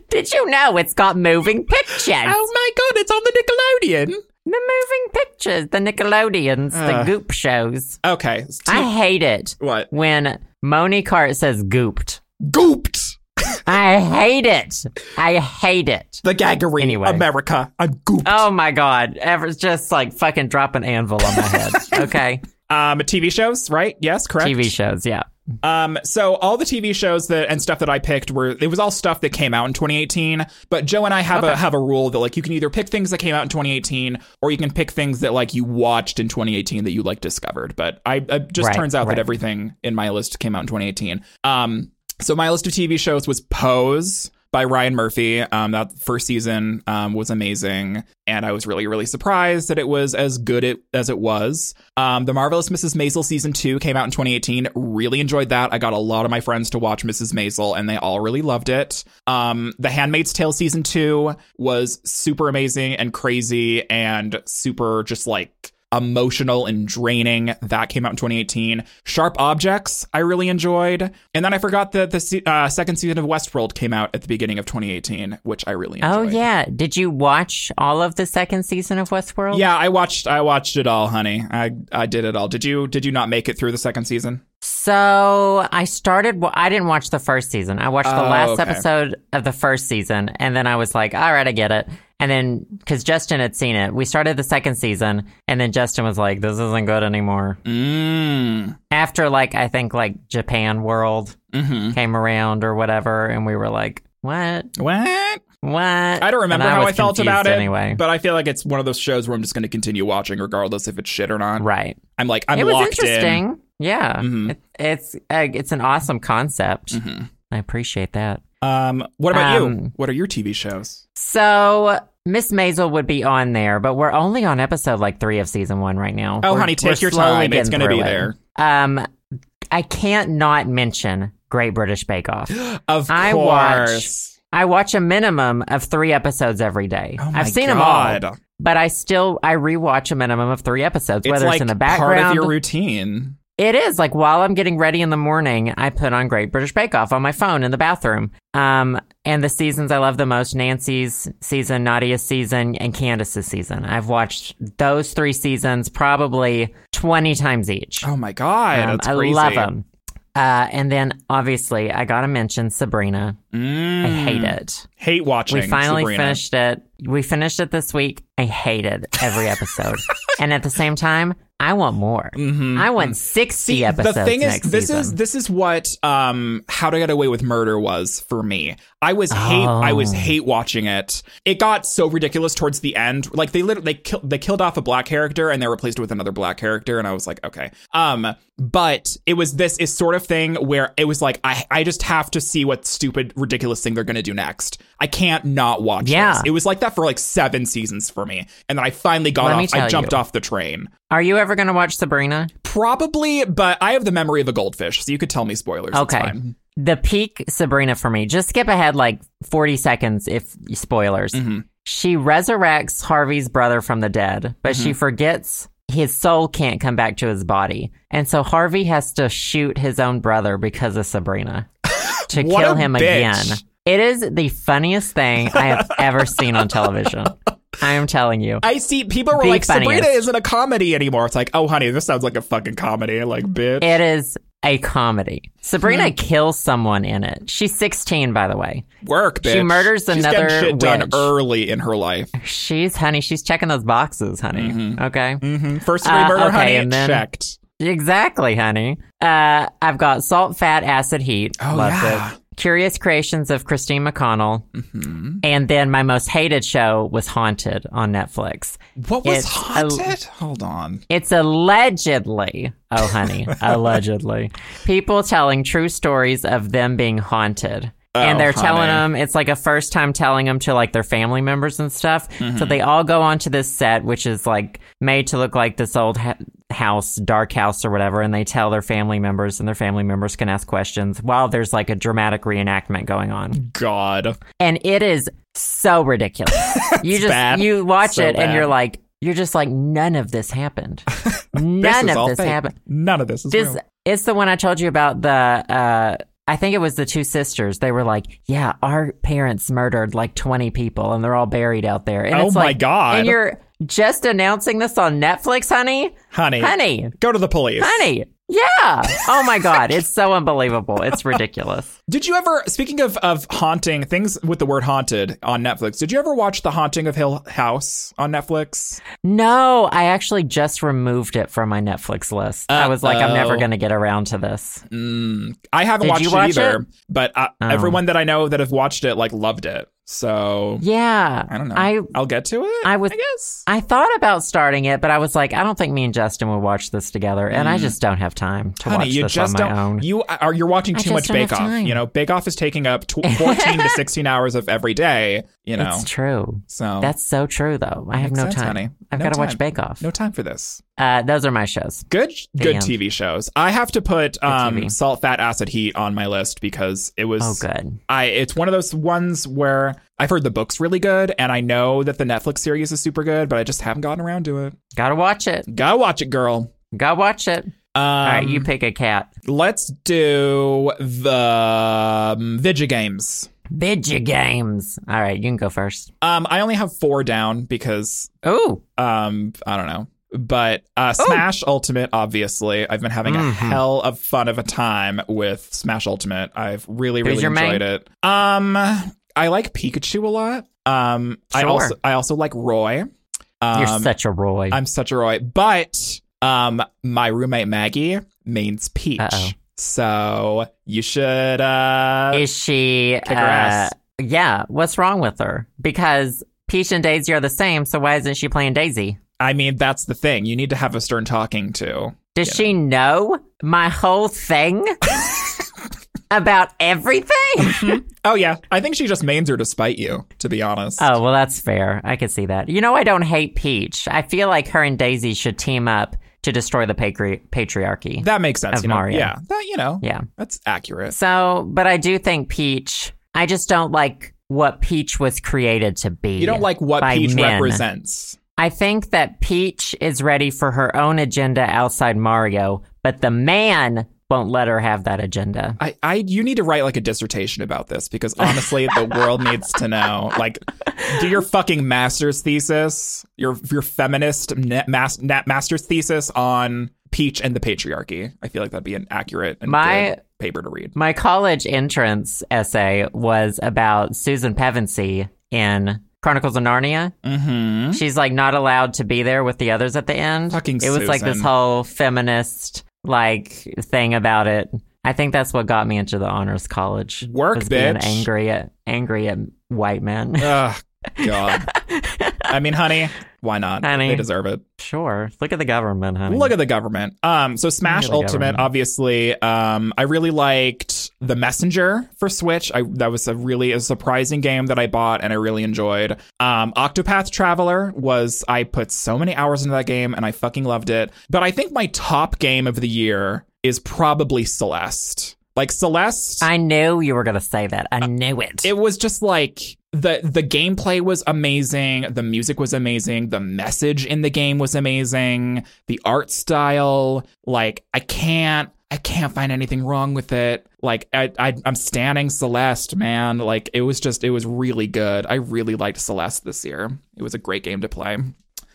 Did you know it's got moving pictures?
oh my god, it's on the
The moving pictures, the Nickelodeons,
Ugh.
the goop shows.
Nickelodeon. Okay, s-
I hate it
what?
when Moni Cart says gooped.
Gooped
I hate it. I hate it.
the gaggery.
Anyway.
America, I'm gooped.
Oh my god. Ever's just like fucking drop an anvil on my head. Okay.
Um, TV shows, right? Yes, correct.
TV shows, yeah.
Um, so all the TV shows that and stuff that I picked were it was all stuff that came out in 2018. But Joe and I have a have a rule that like you can either pick things that came out in 2018 or you can pick things that like you watched in 2018 that you like discovered. But I it just
Right,
turns out
right.
that everything in my list came out in 2018. Um, so my list of TV shows was Pose. By Ryan Murphy. Um, that first season um, was amazing, and I was really, really surprised that it was as good it, as it was. Um, the Marvelous Mrs. Maisel season two came out in 2018. Really enjoyed that. I got a lot of my friends to watch Mrs. Maisel, and they all really loved it. Um, the Handmaid's Tale season two was super amazing and crazy and super just like emotional and draining. That came out in 2018. Sharp Objects, I really enjoyed. And then I forgot that the se- uh, second season of Westworld came out at the beginning of 2018, which I really enjoyed.
Oh yeah. Did you watch all of the second season of Westworld?
Yeah, I watched I watched it all, honey. I I did it all. Did you did you not make it through the second season?
So I started. wa- I didn't watch the first season. I watched the
Oh,
last
okay.
episode of the first season, and then I was like, "All right, I get it." And then because Justin had seen it, we started the second season, and then Justin was like, "This isn't good anymore."
Mm.
After like I think like Japan World
Mhm.
came around or whatever, and we were like, "What?
What?
What?"
I don't remember how I felt about it,
Anyway,
but I feel like it's one of those shows where I'm just going to continue watching regardless if it's shit or not.
right?
I'm like I'm
it was
locked
interesting. Yeah,
Mhm.
it, it's uh, it's an awesome concept.
in. Mhm.
I appreciate that.
Um, what about you?
Um,
What are your TV shows?
So Miss Maisel would be on there, but we're only on episode like three of season one right now.
Oh,
We're-
honey,
we're
take your
slowly
time. It's
getting
going
through
to be
it.
there.
Um, I can't not mention Great British Bake Off.
Of
I watch-
course.
I watch a minimum of three episodes every day.
Oh my
I've seen
God.
them all, but I still I rewatch a minimum of three episodes,
It's
whether it's
like
in the
part of
background.
your routine.
it is like while I'm getting ready in the morning, I put on Great British Bake Off on my phone in the bathroom. Um, and the seasons I love the most: Nancy's season, Nadia's season, and Candace's season. I've watched those three seasons probably twenty times each.
Oh my god,
Um,
that's
I
crazy.
love them. Uh, and then obviously I gotta mention Sabrina.
Mm.
I hate it.
Hate watching.
We finally
Sabrina.
finished it. We finished it this week. I hated every episode, and at the same time, I want more.
Mhm.
I want sixty
See,
episodes.
The thing
next
is, this
season.
is this is what um, How to Get Away with Murder was for me. I was hate. I was
Oh.
hate watching it. It got so ridiculous towards the end. Like they literally they killed they killed off a black character and they replaced it with another black character, and I was like, okay. Um, but it was this is sort of thing where it was like I I just have to see what stupid ridiculous thing they're gonna do next. I can't not watch.
Yeah.
this. it was like that for like seven seasons for me, and then I finally got
Let me
off. I
tell
jumped
you.
off the train.
Are you ever going to watch Sabrina?
Probably, but I have the memory of a goldfish, so you could tell me spoilers. It's
Okay.
fine.
The peak Sabrina for me. Just skip ahead like forty seconds if spoilers.
Mhm.
She resurrects Harvey's brother from the dead, but she
Mm-hmm.
forgets his soul can't come back to his body, and so Harvey has to shoot his own brother because of Sabrina to
What
kill
a
him
bitch.
again. It is the funniest thing I have ever seen on television. I am telling you.
I see people were
The
like, Sabrina
funniest.
isn't a comedy anymore. It's like, oh, honey, this sounds like a fucking comedy. Like, bitch.
It is a comedy.
Hmm.
Sabrina kills someone in it. She's 16, by the way.
Work, bitch.
She murders
She's
another
getting shit done
witch.
early in her life.
She's, honey, she's checking those boxes, honey. Okay.
Mhm. First degree
Uh,
murder,
okay,
honey,
and then-
checked.
Exactly, honey. Uh, I've got salt, fat, acid, heat.
Oh,
Loved
yeah.
it. Curious Creations of Christine McConnell.
Mm-hmm.
And then my most hated show was Haunted on Netflix.
What was
It's a-
haunted? Hold on.
It's allegedly, oh honey, allegedly, people telling true stories of them being haunted. and
Oh,
they're telling
honey.
them it's like a first time telling them to like their family members and stuff.
Mm-hmm.
So they all go onto this set, which is like made to look like this old ha- house, dark house or whatever. And they tell their family members, and their family members can ask questions while there's like a dramatic reenactment going on
God.
and it is so ridiculous. you just
bad.
you watch
So
it and
bad.
you're like you're just like none of this happened. None
This is
of
all
this
fake.
happened.
None of this is
This
real.
it's the one I told you about the uh I think it was the two sisters. They were like, "Yeah, our parents murdered like 20 people and they're all buried out there." And
Oh
it's
my
like-
God.
And you're just announcing this on Netflix, honey?
Honey,
Honey.
go to the police.
Honey. Yeah. Oh my god, it's so unbelievable. It's ridiculous.
Did you ever, speaking of, of haunting, things with the word haunted on Netflix, did you ever watch The Haunting of Hill House on Netflix?
No, I actually just removed it from my Netflix list. I was like, I'm never
Uh-oh.
going to get around to this.
Mm, I haven't
Did
watched
you
it
watch
either,
it?
but uh,
Oh.
everyone that I know that have watched it, like, loved it. So,
Yeah,
I don't know.
I
I'll get to it,
I was-
I guess.
I thought about starting it, but I was like, I don't think me and Justin would watch this together, and I just don't have time to
Mm. Honey,
watch
you
this on
just
my
don't.
own.
You are you're watching
I
too
just
much
don't have
Bake Off.
time.
You know, Bake Off is taking up tw- 14 to 16 hours of every day. You know,
It's true.
so
That's so true, though. I have
Makes
no
sense,
time.
honey.
I've
No
got to watch
time.
Bake Off.
no time for this.
Uh, those are my shows.
Good, good
Damn.
TV shows. I have to put um,
TV.
Salt, Fat, Acid, Heat on my list because it was
Oh, good.
I it's one of those ones where I've heard the book's really good and I know that the Netflix series is super good, but I just haven't gotten around to it.
Gotta watch it.
Gotta watch it, girl.
Gotta watch it.
Um,
All right, you pick a cat.
Let's do the um, Vidya games.
Vidya games. All right, you can go first.
Um, I only have four down because
Ooh,
um, I don't know. But uh,
Oh.
Smash Ultimate, obviously, I've been having a
Mhm.
hell of fun of a time with Smash Ultimate. I've really,
Who's
really
your main?
enjoyed it. Um, I like Pikachu a lot. Um, I
Sure.
also I also like Roy. Um,
you're such a Roy.
I'm such a Roy, but um, my roommate Maggie means Peach,
Uh-oh.
so you should uh,
is she uh,
kick her ass.
yeah what's wrong with her because peach and daisy are the same so why isn't she playing daisy
I mean, that's the thing. You need to have a stern talking to.
does she know my whole thing about everything
Oh yeah, I think she just mains her to spite you. To be honest,
oh well that's fair i can see that you know i don't hate peach i feel like her and daisy should team up to destroy the patri- patriarchy
that makes sense.
of
you know?
Mario.
Yeah, that you know.
yeah
that's accurate.
so but i do think peach i just don't like what peach was created to be
You don't like what
By
Peach
men.
represents.
I think that Peach is ready for her own agenda outside Mario, but the man won't let her have that agenda.
I, I, you need to write like a dissertation about this because honestly, the world needs to know. Like, do your fucking master's thesis, your your feminist na- mas- na- master's thesis on Peach and the patriarchy. I feel like that'd be an accurate and
My-
good paper to read.
My college entrance essay was about Susan Pevensey in Chronicles of Narnia.
Mm-hmm.
She's like not allowed to be there with the others at the end.
Fucking
it was like this
Susan.
whole feminist like thing about it. I think that's what got me into the honors college.
Work,
was being
bitch.
angry at angry at white men.
Ugh, God. I mean, honey, why not?
Honey.
They deserve it.
sure, look at the government, honey.
Look at the government. Um, so
Look
Smash
at the
Ultimate,
government.
obviously. Um, I really liked the Messenger for Switch. I that was a really a surprising game that I bought and I really enjoyed. Um, Octopath Traveler was I put so many hours into that game and I fucking loved it. But I think my top game of the year is probably Celeste. Like Celeste,
I knew you were going to say that. I knew it.
it was just like the the gameplay was amazing the music was amazing the message in the game was amazing the art style like i can't i can't find anything wrong with it like I, I i'm standing celeste man like it was just it was really good i really liked celeste this year it was a great game to play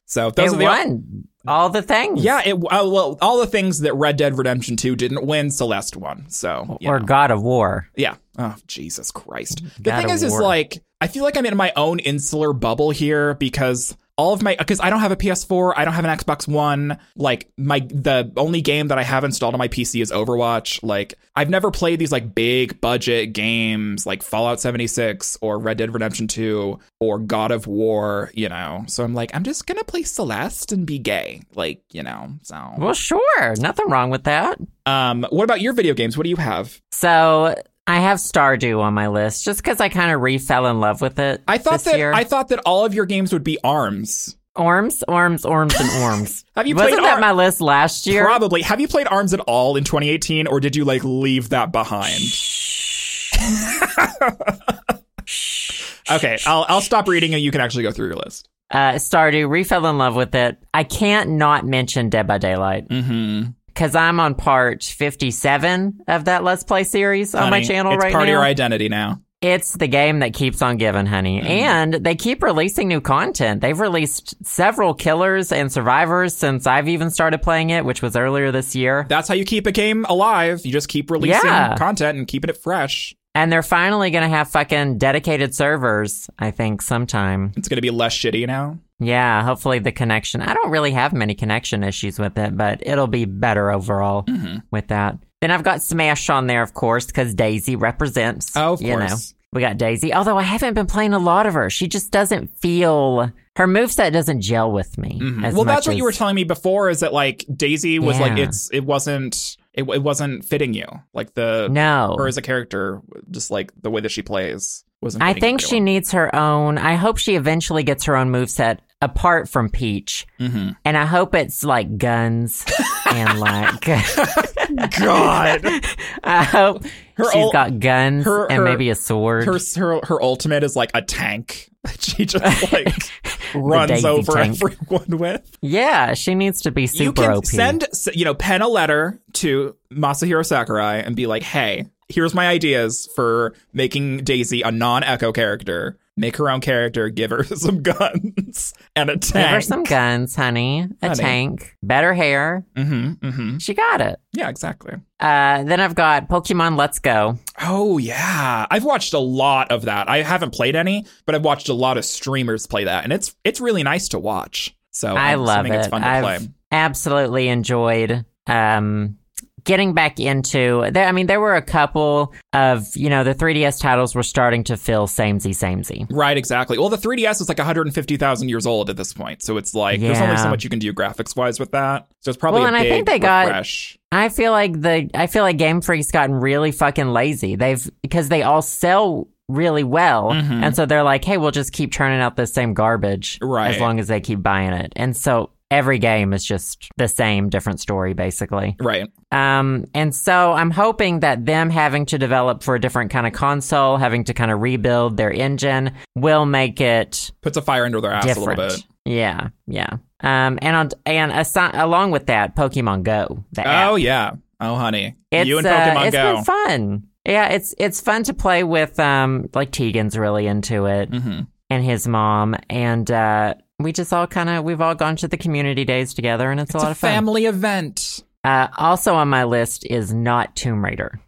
so those
It
are the
won all the things.
yeah it uh, well all the things that red dead redemption 2 didn't win celeste won so you
Or
know.
God of War.
Yeah. Oh, Jesus Christ. The
God
thing
of
is, is
War.
like, I feel like I'm in my own insular bubble here because all of my because I don't have a PS4, I don't have an Xbox One. Like my the only game that I have installed on my PC is Overwatch. Like I've never played these like big budget games like Fallout 76 or Red Dead Redemption 2 or God of War, you know. So I'm like I'm just going to play Celeste and be gay, like, you know. So
Well, sure. Nothing wrong with that.
um what about your video games? What do you have?
So I have Stardew on my list just because I kind of refell in love with it.
I thought
this
that
year.
I thought that all of your games would be ARMS.
Orms, Orms, Orms, and Orms.
Have you
Wasn't
played
that
Ar-
my list last year?
Probably. Have you played ARMS at all in 2018 or did you like leave that behind? Okay, I'll I'll stop reading and you can actually go through your list.
uh, Stardew, refell in love with it. I can't not mention Dead by Daylight
Mm-hmm.
because I'm on part 57 of that Let's Play series on my channel
it's
right
part
now.
of your identity now.
It's the game that keeps on giving, honey. And they keep releasing new content. They've released several killers and survivors since I've even started playing it, which was earlier this year.
That's how you keep a game alive. You just keep releasing
Yeah.
content and keeping it fresh.
And they're finally going to have fucking dedicated servers, I think, sometime.
It's gonna be less shitty now.
Yeah, hopefully the connection. I don't really have many connection issues with it, but it'll be better overall
Mm-hmm.
with that. Then I've got Smash on there, of course, because Daisy represents.
Oh, of
you know.
course.
We got Daisy. Although I haven't been playing a lot of her. She just doesn't feel her moveset doesn't gel with me. as
Mm-hmm. well, that's
much
what you were
as-
telling me before. Is that like Daisy was like
Yeah.
it's it wasn't it, it wasn't fitting you like the
No.
her as a character just like the way that she plays wasn't.
I
fitting you
think
very
she needs her own. I hope she eventually gets her own moveset apart from Peach.
well.
And I hope it's like guns and like.
Mm-hmm. God.
I hope
Her
Um, she's
ul-
got guns
her-
and
her-
maybe a sword.
her her her ultimate is like a tank that she just like runs
Daisy
over
tank.
everyone with.
yeah, she needs to be super
you can
OP.
send s- you know pen a letter to Masahiro Sakurai and be like, "Hey, here's my ideas for making Daisy a non-echo character. Make her own character, give her some guns and a
Give her
tank."
some guns, honey. A
Honey.
tank, better hair.
mm-hmm, mm-hmm.
She got it.
Yeah, exactly.
Uh, then I've got Pokemon Let's Go.
Oh yeah, I've watched a lot of that. I haven't played any, but I've watched a lot of streamers play that, and it's it's really nice to watch. So
I
I'm
love
assuming
it.
It's fun to
I've
play.
absolutely enjoyed um, getting back into. There, I mean, there were a couple of you know the 3DS titles were starting to feel samey samey.
Right, exactly. Well, the 3DS is like 150,000 years old at this point, so it's like there's only so
Yeah.
much you can do graphics wise with that. So it's probably
Well, and
a
I
big
think they got-
refresh.
I feel like the I feel like Game Freak's gotten really fucking lazy. They've because they all sell really well,
Mhm.
and so they're like, hey, we'll just keep churning out the same garbage
Right.
as long as they keep buying it. And so every game is just the same, different story basically.
right.
Um, and so I'm hoping that them having to develop for a different kind of console, having to kind of rebuild their engine, will make it
Puts a fire under their ass a
different.
little bit.
Yeah, yeah. Um, and on, and asi- along with that, Pokemon Go. The app.
Oh yeah. Oh honey,
It's,
you and
uh,
Pokemon
it's
Go.
been fun. Yeah, it's it's fun to play with. Um, like Tegan's really into it,
hmm
and his mom, and uh, we just all kind of we've all gone to the community days together, and it's, a
It's
lot
a
of fun.
family event.
Uh, also on my list is not Tomb Raider.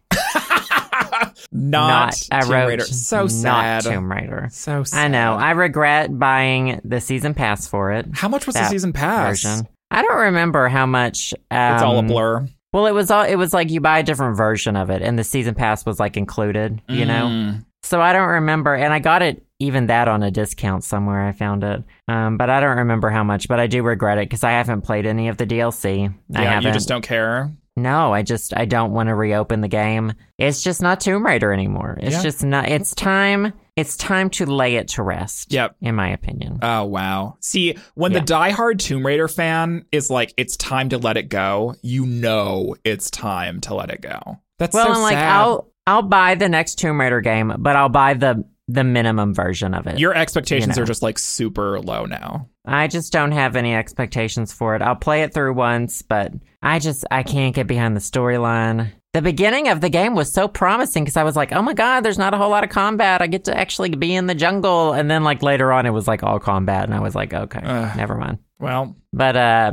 not,
I
Tomb
wrote
Raider. So
not
sad.
Tomb Raider.
So sad.
I know. I regret buying the season pass for it.
How much was the
that
season pass?
Version. I don't remember how much. Um,
It's all a blur.
Well, it was all. It was like you buy a different version of it, and the season pass was like included. You know.
Mm.
So I don't remember, and I got it even that on a discount somewhere. I found it, um, but I don't remember how much. But I do regret it because I haven't played any of the DLC. I
Yeah,
haven't.
you just don't care.
No, I just I don't want to reopen the game. It's just not Tomb Raider anymore. It's
Yeah.
just not. It's time. It's time to lay it to rest.
Yep.
in my opinion.
Oh wow. See, when
Yeah.
the diehard Tomb Raider fan is like, it's time to let it go, you know it's time to let it go. That's
well,
so
I'm like
sad.
I'll I'll buy the next Tomb Raider game, but I'll buy the the minimum version of it.
your expectations
you know.
are just like super low now.
I just don't have any expectations for it. I'll play it through once, but I just I can't get behind the storyline. The beginning of the game was so promising because I was like, "Oh my god, there's not a whole lot of combat. I get to actually be in the jungle." And then like later on, it was like all combat, and I was like, "Okay,
Ugh.
never mind."
Well,
But uh,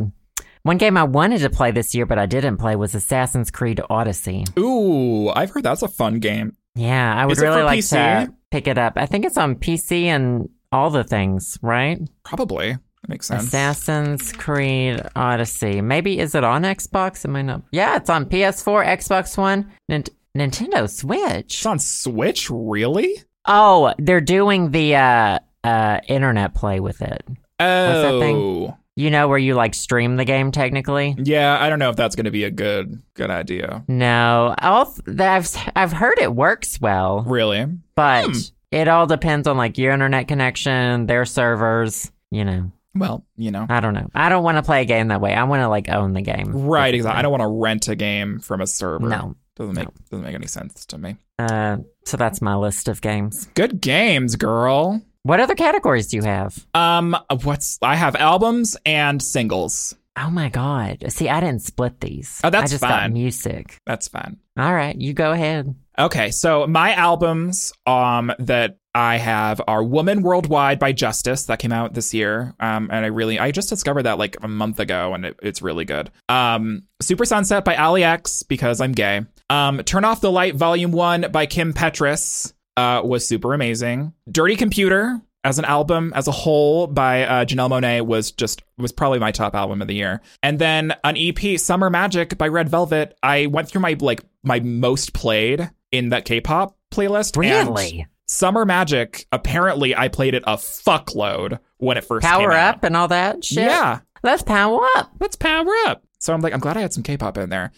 one game I wanted to play this year, but I didn't play was Assassin's Creed Odyssey.
ooh, I've heard that's a fun game.
Yeah, I would
Is it for
really like
PC?
to pick it up. I think it's on PC and all the things, right?
Probably. That makes sense.
Assassin's Creed Odyssey. Maybe is it on Xbox? It might not. Yeah, it's on PS4, Xbox One, Nin- Nintendo Switch.
It's on Switch, really?
Oh, they're doing the uh, uh, internet play with it. that thing?
Oh,
You know where you like stream the game technically.
yeah. I don't know if that's going to be a good good idea.
No, I'll, I've I've heard it works well,
Really?
but
Hmm.
it all depends on like your internet connection, their servers. You know,
Well, you know.
I don't know. I don't want to play a game that way. I want to like own the game.
Right. Exactly. I don't want to rent a game from a server.
No.
Doesn't make doesn't make any sense to me.
Uh, so that's my list of games.
Good games, girl.
What other categories do you have?
Um, what's I have albums and singles.
Oh my god! See, I didn't split these.
Oh, that's
I just got
fine.
music.
That's fine.
All right, you go ahead.
Okay, so my albums um that I have are Woman Worldwide by Justice that came out this year. Um and I really I just discovered that like a month ago and it, it's really good. Um Super Sunset by Ali X because I'm gay. Um Turn Off the Light Volume 1 by Kim Petras uh was super amazing. Dirty Computer as an album as a whole by uh, Janelle Monet was just was probably my top album of the year. And then an EP Summer Magic by Red Velvet. I went through my like my most played in that K-pop playlist. and
Really?
Summer Magic apparently I played it a fuckload when it first
Power
came out.
up and all that shit.
Yeah.
Let's power up.
Let's power up. So I'm like I'm glad I had some K-pop in there.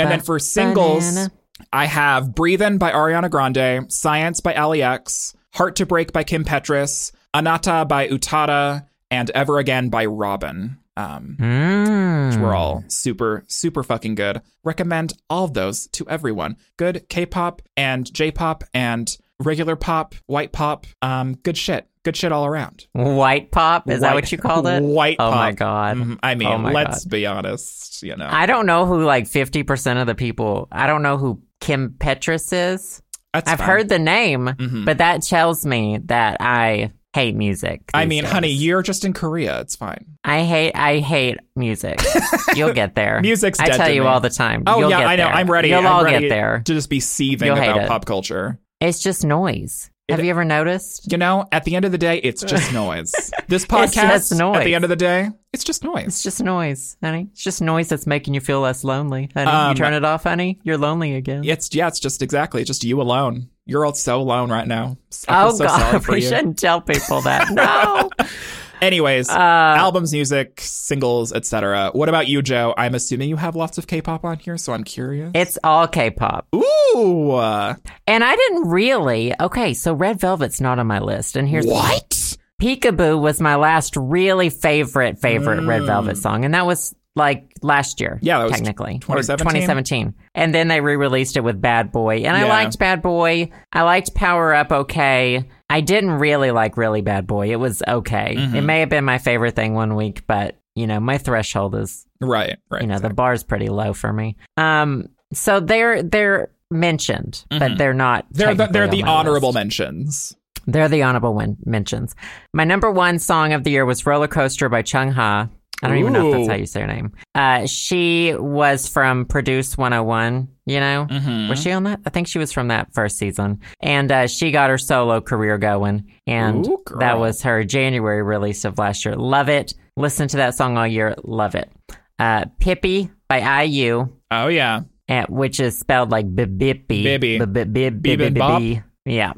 And then
Ba-
for singles
banana.
I have Breathin' by Ariana Grande, Science by Ali X, Heart to Break by Kim Petras, Anata by Utada, and Ever Again by Robin. Um,
Mm.
We're all super, super fucking good. Recommend all of those to everyone. Good K pop and J pop and regular pop, white pop. Um, good shit. Good shit all around.
White pop? Is that
White-
what you called it?
White
Oh
pop.
my god.
Mhm. I mean,
Oh my
let's be honest, you know.
I don't know who like 50% of the people. I don't know who Kim Petras is.
That's
I've
fine.
heard the name,
Mhm.
but that tells me that I hate music.
I
these
mean,
days.
honey, you're just in Korea. It's fine.
I hate I hate music. You'll get there.
Music's
I
dead
tell
to
you
me.
all the time.
Oh,
You'll
yeah,
get
I know.
there.
I'm ready.
You'll
I'm
all
ready
get there.
To just be seething
You'll hate
about
it.
pop culture.
It's just noise. Have you ever noticed?
You know, at the end of the day, it's just noise. This podcast,
It's just
at
noise.
the end of the day, it's just noise.
It's just noise, honey. It's just noise that's making you feel less lonely, honey.
Um,
you turn it off, honey. You're lonely again.
It's yeah, it's just exactly it's just you alone. You're all so alone right now. I feel
Oh
so sorry
God,
for
we
you.
shouldn't tell people that. No.
Anyways,
Uh,
albums, music, singles, etc. What about you, Joe? I'm assuming you have lots of K-pop on here, so I'm curious.
It's all K-pop,
Ooh, uh,
and I didn't really. Okay, so Red Velvet's not on my list, and here's why.
what?
Peekaboo was my last really favorite favorite Red Velvet song, and that was like last year.
Mm. Yeah, that was
technically or
2017?
2017. And then they re-released it with Bad Boy, and I
Yeah.
liked Bad Boy. I liked Power Up. Okay, I didn't really like Really Bad Boy. It was okay. It
Mm-hmm.
may have been my favorite thing one week, but you know my threshold is
Right, right.
you know the bar's pretty low for me. Um, so they're they're mentioned, but they're not.
Mm-hmm. they're the,
technically
they're
on my
the
list.
honorable mentions.
They're the honorable win- mentions. My number one song of the year was Roller Coaster by Chung Ha. I don't even know if
Ooh.
that's how you say her name. Uh, she was from Produce 101, you know?
Mm-hmm.
Was she on that? I think she was from that first season. And uh, she got her solo career going. And
Ooh, girl.
that was her January release of last year. Love it. Listen to that song all year. Love it. Uh, Pippi by IU.
Oh yeah,
Uh which is spelled like bibippy.
Bibby. Bib and
Bibbidi. Yeah.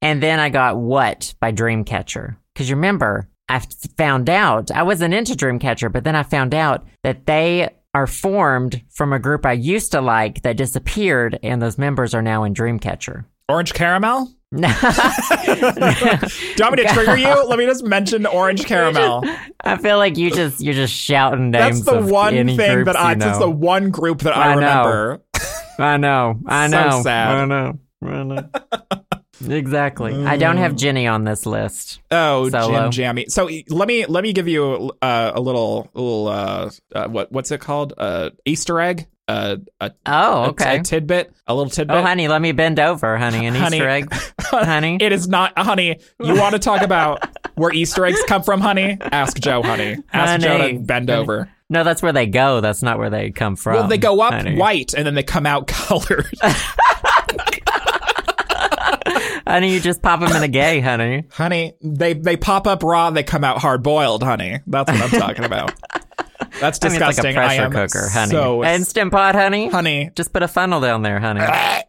And then I got What by Dreamcatcher. Because you remember, I f- found out, I wasn't into Dreamcatcher, but then I found out that they are formed from a group I used to like that disappeared, and those members are now in Dreamcatcher.
orange caramel.
I
Do you want me to trigger you? Let me just mention orange caramel.
feel like you just you're just shouting
That's
names.
the
of
one
any
thing
groups
that I.
you know.
That's the one group that
I
I
know.
remember.
I know. I
So
know.
sad.
I know. I know. exactly. I don't have Jenny on this list.
Oh,
Solo.
Jim Jammy. So e- let me let me give you uh, a little little uh, uh, what what's it called? Uh, Easter egg. Uh, a,
Oh,
a-
okay.
a tidbit. A little tidbit.
oh, honey, let me bend over, honey. An
Honey.
Easter egg, honey.
It is not, honey. You want to talk about where Easter eggs come from, honey? Ask Joe, honey. Ask Joe
Honey.
to bend over.
no, that's where they go. That's not where they come from.
Well, they go up
honey.
white and then they come out colored.
honey, you just pop them in a gay, honey.
honey, they they pop up raw, they come out hard boiled, honey. That's what I'm talking about. That's
I mean, it's like a
disgusting. I
pressure
am
cooker, honey.
So
and stem pot, honey.
honey.
Just put a funnel down there, honey.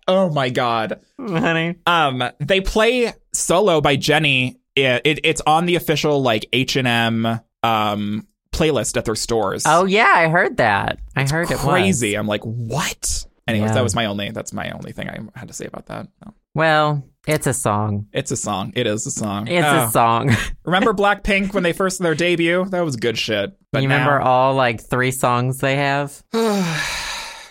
Oh my god.
honey.
Um, they play "Solo" by Jenny. It, it it's on the official like H and M um playlist at their stores.
Oh yeah, I heard that. I heard it was.
crazy! I'm like, what? Anyways,
Yeah.
that was my only. That's my only thing I had to say about that. No.
Well, it's a song.
It's a song. It is a song.
It's
Oh.
a song.
remember Blackpink when they first their debut? That was good shit. But
you remember all like three songs they have?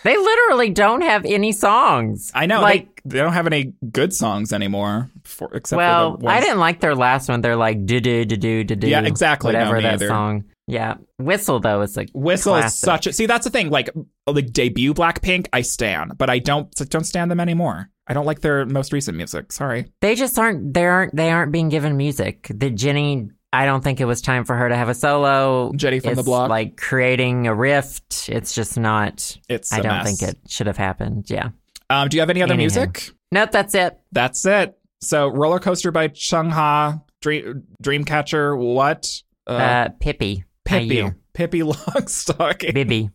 They literally don't have any songs.
I know.
Like
they, they don't have any good songs anymore. For except
Well,
for the
I
ones-
didn't like their last one. They're like do do do do do do.
Yeah, exactly. No,
Whatever
me
that
either.
song. Yeah, whistle though is like
Whistle is
Classic.
such a see. That's the thing. Like like debut Blackpink, I stan, but I don't don't stand them anymore. I don't like their most recent music. Sorry.
they just aren't. They aren't. They aren't being given music. The Jenny. I don't think it was time for her to have a solo.
Jenny from
it's
the block.
like creating a rift. It's just not.
it's.
I
a
don't
mess.
think it should have happened. Yeah.
Um, do you have any other
Anyhow.
music?
Nope. That's it.
That's it. So roller coaster by Chung Ha, Dream Dreamcatcher. What? Uh,
Uh, Pippi. How
Pippi.
you?
Pippi Longstocking. Uh,
Bibby.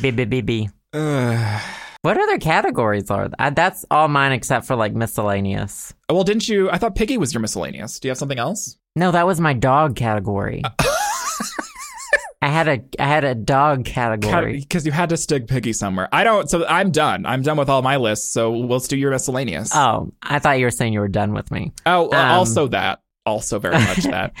Bibby. Bibby.
Ugh.
What other categories are? th- I, that's all mine except for like miscellaneous.
well, didn't you? I thought Piggy was your miscellaneous. Do you have something else?
No, that was my dog category. I had a I had a dog category.
Because you had to stick Piggy somewhere. I don't. So I'm done. I'm done with all my lists. So let's do your miscellaneous.
Oh, I thought you were saying you were done with me.
oh, uh,
um,
also that. Also very much that.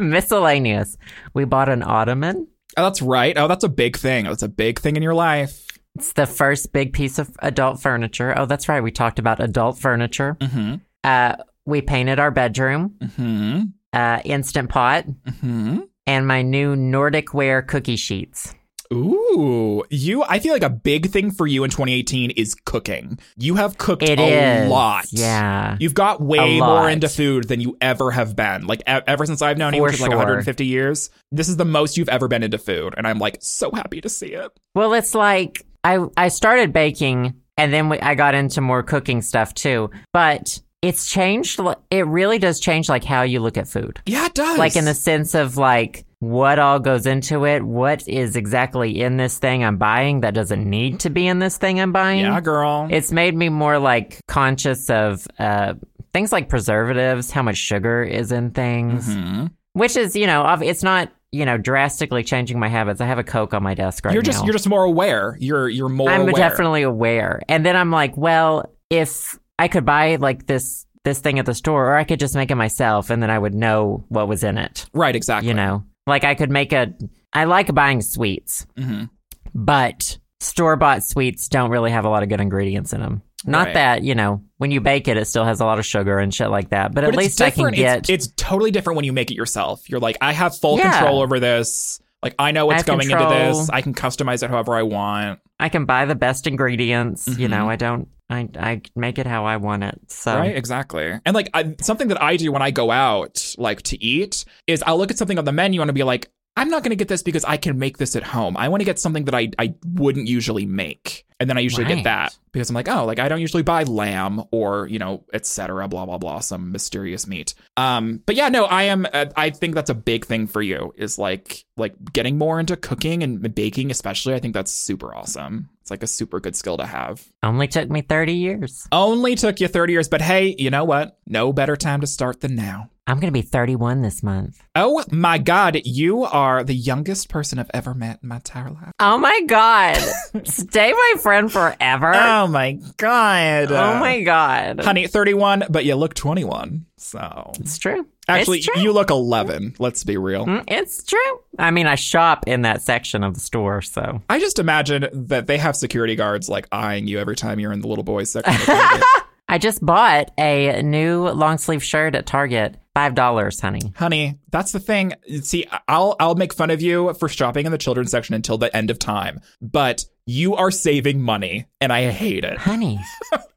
miscellaneous. We bought an ottoman.
Oh, that's right. Oh, that's a big thing. That's a big thing in your life.
It's the first big piece of adult furniture. Oh, that's right. We talked about adult furniture.
Mm-hmm.
Uh, we painted our bedroom,
Mm-hmm.
uh, instant pot,
Mm-hmm.
and my new Nordic ware cookie sheets.
Ooh, you! I feel like a big thing for you in 2018 is cooking. You have cooked
It is
a lot.
Yeah.
You've got way
A
more
lot.
into food than you ever have been. Like e- ever since I've known you,
For
which is like
sure.
150 years, this is the most you've ever been into food, and I'm like so happy to see it.
Well, it's like I I started baking and then we, I got into more cooking stuff too. But it's changed. li- It really does change like how you look at food,
Yeah, it does.
like in the sense of like what all goes into it, what is exactly in this thing I'm buying that doesn't need to be in this thing I'm buying.
yeah, girl.
It's made me more like conscious of uh, things like preservatives, how much sugar is in things,
Mhm.
which is you know ob- it's not you know drastically changing my habits. I have a Coke on my desk right
You're
now.
just you're just more aware. You're you're more.
I'm
aware.
definitely aware. And then I'm like, well, if I could buy like this this thing at the store, or I could just make it myself, and then I would know what was in it.
right. Exactly.
You know, like I could make a. I like buying sweets,
Mhm.
but store bought sweets don't really have a lot of good ingredients in them. Not
Right.
that you know, when you bake it, it still has a lot of sugar and shit like that. But, at
But it's
least I can
different. It's-
get.
It's, totally different when you make it yourself. You're like, I have full
Yeah.
control over this. Like, I know
I
what's
have
going into
control.
this. I can customize it however I want.
I can buy the best ingredients. You
Mhm.
know, I don't. I I make it how I want it. So
Right? Exactly. And like, I, something that I do when I go out, like to eat, is I'll look at something on the menu and I'll be like, I'm not going to get this because I can make this at home. I want to get something that I, I wouldn't usually make. And then I usually get
Right.
that because I'm like, oh, like I don't usually buy lamb or, you know, et cetera, blah, blah, blah, some mysterious meat. Um, but yeah, no, I am. Uh, I think that's a big thing for you is like like getting more into cooking and baking, especially. I think that's super awesome. It's like a super good skill to have.
only took me thirty years.
Only took you 30 years, but hey, you know what? No better time to start than now.
I'm gonna be thirty one this month.
Oh my God, you are the youngest person I've ever met in my entire life.
Oh my god. Stay my friend forever.
Oh my God.
oh my god.
Honey, 31, but you look 21. So.
It's true.
Actually,
it's true.
you look 11. Let's be real.
Mm, it's true. I mean, I shop in that section of the store, so
I just imagine that they have security guards like eyeing you every time you're in the little boys section. of Target.
I just bought a new long sleeve shirt at Target. Five dollars, honey.
Honey, that's the thing. See, I'll I'll make fun of you for shopping in the children's section until the end of time, but you are saving money, and I hate it.
Honey,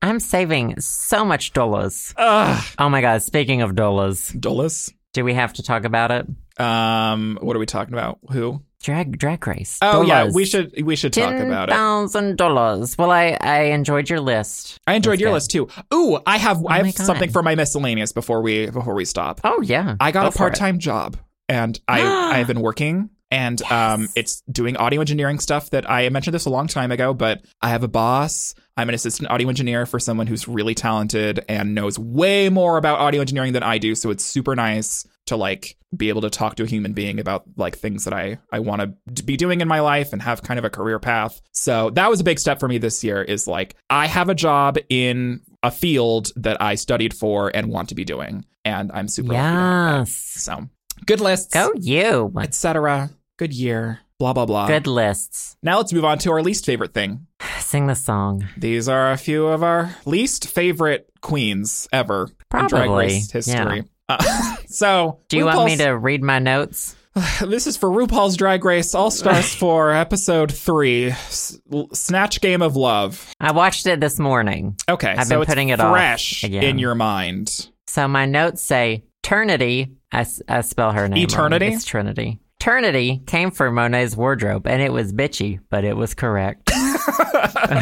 I'm saving so much dollars.
Ugh,
Oh my god, speaking of dollars,
Dulles.
do we have to talk about it?
Um, what are we talking about? Who?
drag drag race.
Oh yeah,
Dollars.
we should we should talk
Ten
about it.
thousand dollars. Well, I I enjoyed your list.
I enjoyed
That's
your
good.
list too. Ooh, I have I
Oh my
have
God.
something for my miscellaneous before we before we stop.
Oh yeah,
I got
Go
a
for it.
part-time job and I I've been working and um it's doing audio engineering stuff that I mentioned this a long time ago, but I have a boss. I'm an assistant audio engineer for someone who's really talented and knows way more about audio engineering than I do, so it's super nice to like be able to talk to a human being about like things that I I want to be doing in my life and have kind of a career path. So that was a big step for me this year is like I have a job in a field that I studied for and want to be doing and I'm super happy to have that.
Yes.
So good lists,
Go you.
etc. Good year, blah blah blah.
Good lists.
Now let's move on to our least favorite thing.
Sing the song.
These are a few of our least favorite queens ever in drag
Probably,
race history. Uh, so
Do you want me
RuPaul's-
to read my notes?
This is for RuPaul's Drag Race All Stars for episode three, S- Snatch Game of Love.
I watched it this morning.
Okay,
I've
so
been
it's
putting it off
fresh
again.
in your mind.
So my notes say Ternity. I, s- I spell her name. wrong.
Eternity?
It's Trinity. Ternity came from Monet's wardrobe, and it was bitchy, but it was correct.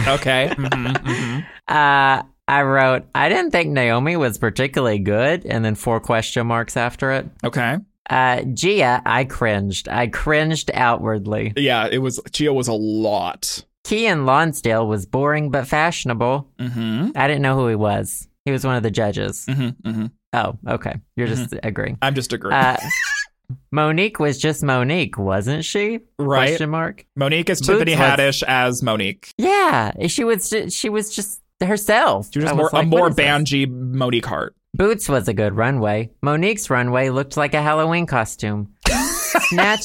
okay.
Mm-hmm, Uh, I wrote, I didn't think Naomi was particularly good, and then four question marks after it.
Okay.
Uh, Gia, I cringed. I cringed outwardly.
Yeah, it was. Chia was a lot.
Kean Lonsdale was boring but fashionable.
Mm-hmm.
I didn't know who he was. He was one of the judges.
Mm-hmm. Mm-hmm.
Oh, okay. You're just agreeing.
I'm just agreeing.
Uh, Monique was just Monique, wasn't she?
Right.
Question mark.
Monique is
Boots
Tiffany
was-
Haddish as Monique.
Yeah, she was. ju- She was just herself.
She was
I
just more
like, what
a more
is this?
banji Monique Hart.
Boots was a good runway. Monique's runway looked like a Halloween costume. Snatch.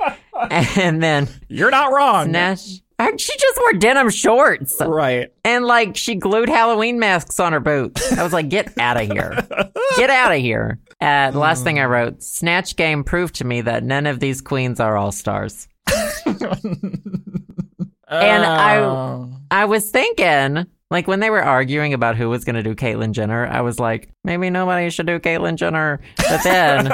and then
You're not wrong.
Snatch. She just wore denim shorts
Right.
and like she glued Halloween masks on her boots. I was like, get out of here. Get out of here. Uh, the last
Mm.
thing I wrote Snatch Game proved to me that none of these queens are all stars. And I-
Oh.
I was thinking, like when they were arguing about who was going to do Caitlyn Jenner, I was like, maybe nobody should do Caitlyn Jenner. But then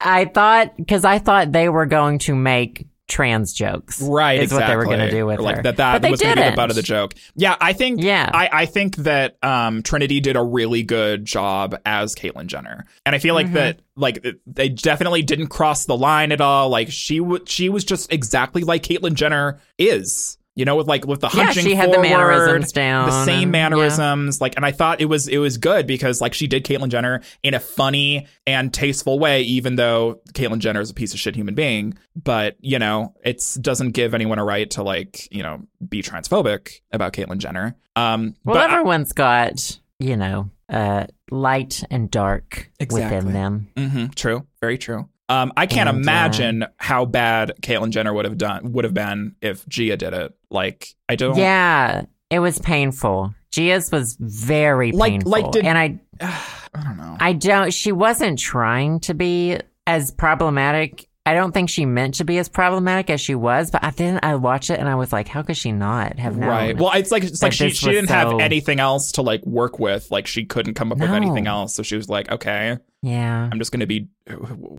I thought, because I thought they were going to make trans jokes.
Right,
Is what they were
exactly.
going to do with
Or like
her. but
that. That
they
was
didn't.
going to be the butt of the joke. Yeah, I think.
Yeah.
I, I think that um, Trinity did a really good job as Caitlyn Jenner, and I feel
Mm-hmm.
like that like it- they definitely didn't cross the line at all. Like she w- she was just exactly like Caitlyn Jenner is. You know, with like with the
Yeah,
hunching
she had the
forward,
mannerisms down
the same
and- yeah.
mannerisms. Like, and I thought it was it was good because like she did Caitlyn Jenner in a funny and tasteful way, even though Caitlyn Jenner is a piece of shit human being. But you know, it doesn't give anyone a right to like you know be transphobic about Caitlyn Jenner. Um,
Well,
but I-
everyone's got, you know, uh, light and dark
Exactly.
within them.
hmm true. Very true. Um, I can't
And, uh,
imagine how bad Caitlyn Jenner would have done would have been if Gia did it. Like I don't.
Yeah, it was painful. Gia's was very
Like-
painful.
like did-
and I,
I don't know.
I don't. She wasn't trying to be as problematic. I don't think she meant to be as problematic as she was. But I, then I watched it and I was like, how could she not have known?
Right. Well, it's like it's
Like,
like she,
this
she
was
didn't
so-
have anything else to like work with. Like she couldn't come up with anything
No.
else, so she was like, "Okay,
yeah,
I'm just gonna be."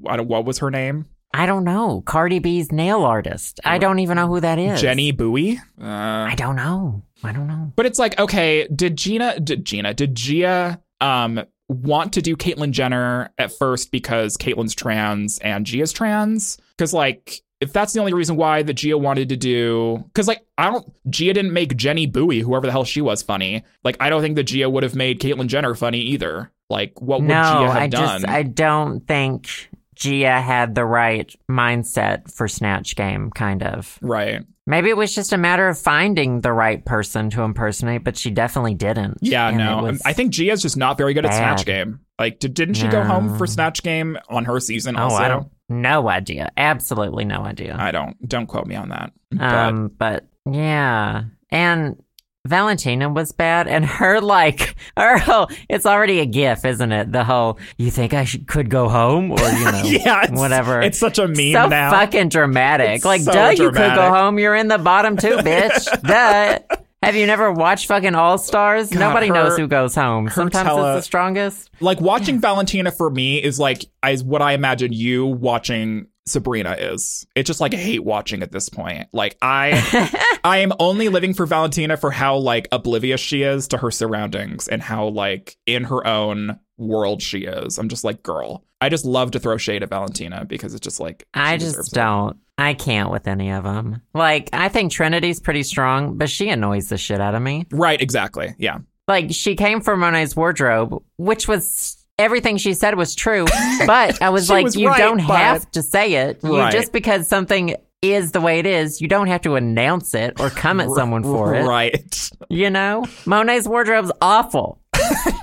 I don't, what was her name?
I don't know. Cardi B's nail artist. I don't even know who that is.
Jenny Bowie. Uh,
I don't know. I don't know.
but it's like, okay, did Gina? Did Gina? Did Gia? Um, want to do Caitlyn Jenner at first because Caitlyn's trans and Gia's trans? Because like. If that's the only reason why that Gia wanted to do, because like I don't, Gia didn't make Jenny Bowie, whoever the hell she was, funny. Like I don't think that Gia would have made Caitlyn Jenner funny either. Like what would
no,
Gia have
I
done?
just I don't think Gia had the right mindset for Snatch Game. Kind of.
Right.
Maybe it was just a matter of finding the right person to impersonate, but she definitely didn't.
Yeah,
And
no. um,
it was-
I think Gia's just not very good at
bad.
Snatch Game. Like, did, didn't she go home
No.
for Snatch Game on her season
Oh,
also?
I don't. No idea. Absolutely no idea.
I don't. Don't quote me on that. But
um, but yeah, and Valentina was bad, and her like her whole. It's already a gif, isn't it? The whole. You think I should, could go home, or you know,
yeah, it's,
whatever.
It's such a meme
so
now.
fucking dramatic.
It's
like,
so
duh, you could go
dramatic.
home. You're in the bottom two, bitch. duh. Have you never watched fucking All Stars?
God,
Nobody
her-
knows who goes home. Sometimes it's
tele-
the strongest.
like watching Valentina for me is like is what I imagine you watching Sabrina is. It's just like I hate watching at this point. Like I I am only living for Valentina for how like oblivious she is to her surroundings and how like in her own world she is. I'm just like, girl. I just love to throw shade at Valentina because it's just like
I
she deserves
just
it.
don't. I can't with any of them. Like, I think Trinity's pretty strong, but she annoys the shit out of me.
Right, exactly. Yeah.
Like, she came from Monet's wardrobe, which was everything she said was true, but I was
She
like,
was
you
right,
don't
but-
have to say it. You,
Right.
Just because something is the way it is, you don't have to announce it or come at someone for it.
Right.
You know? Monet's wardrobe's awful.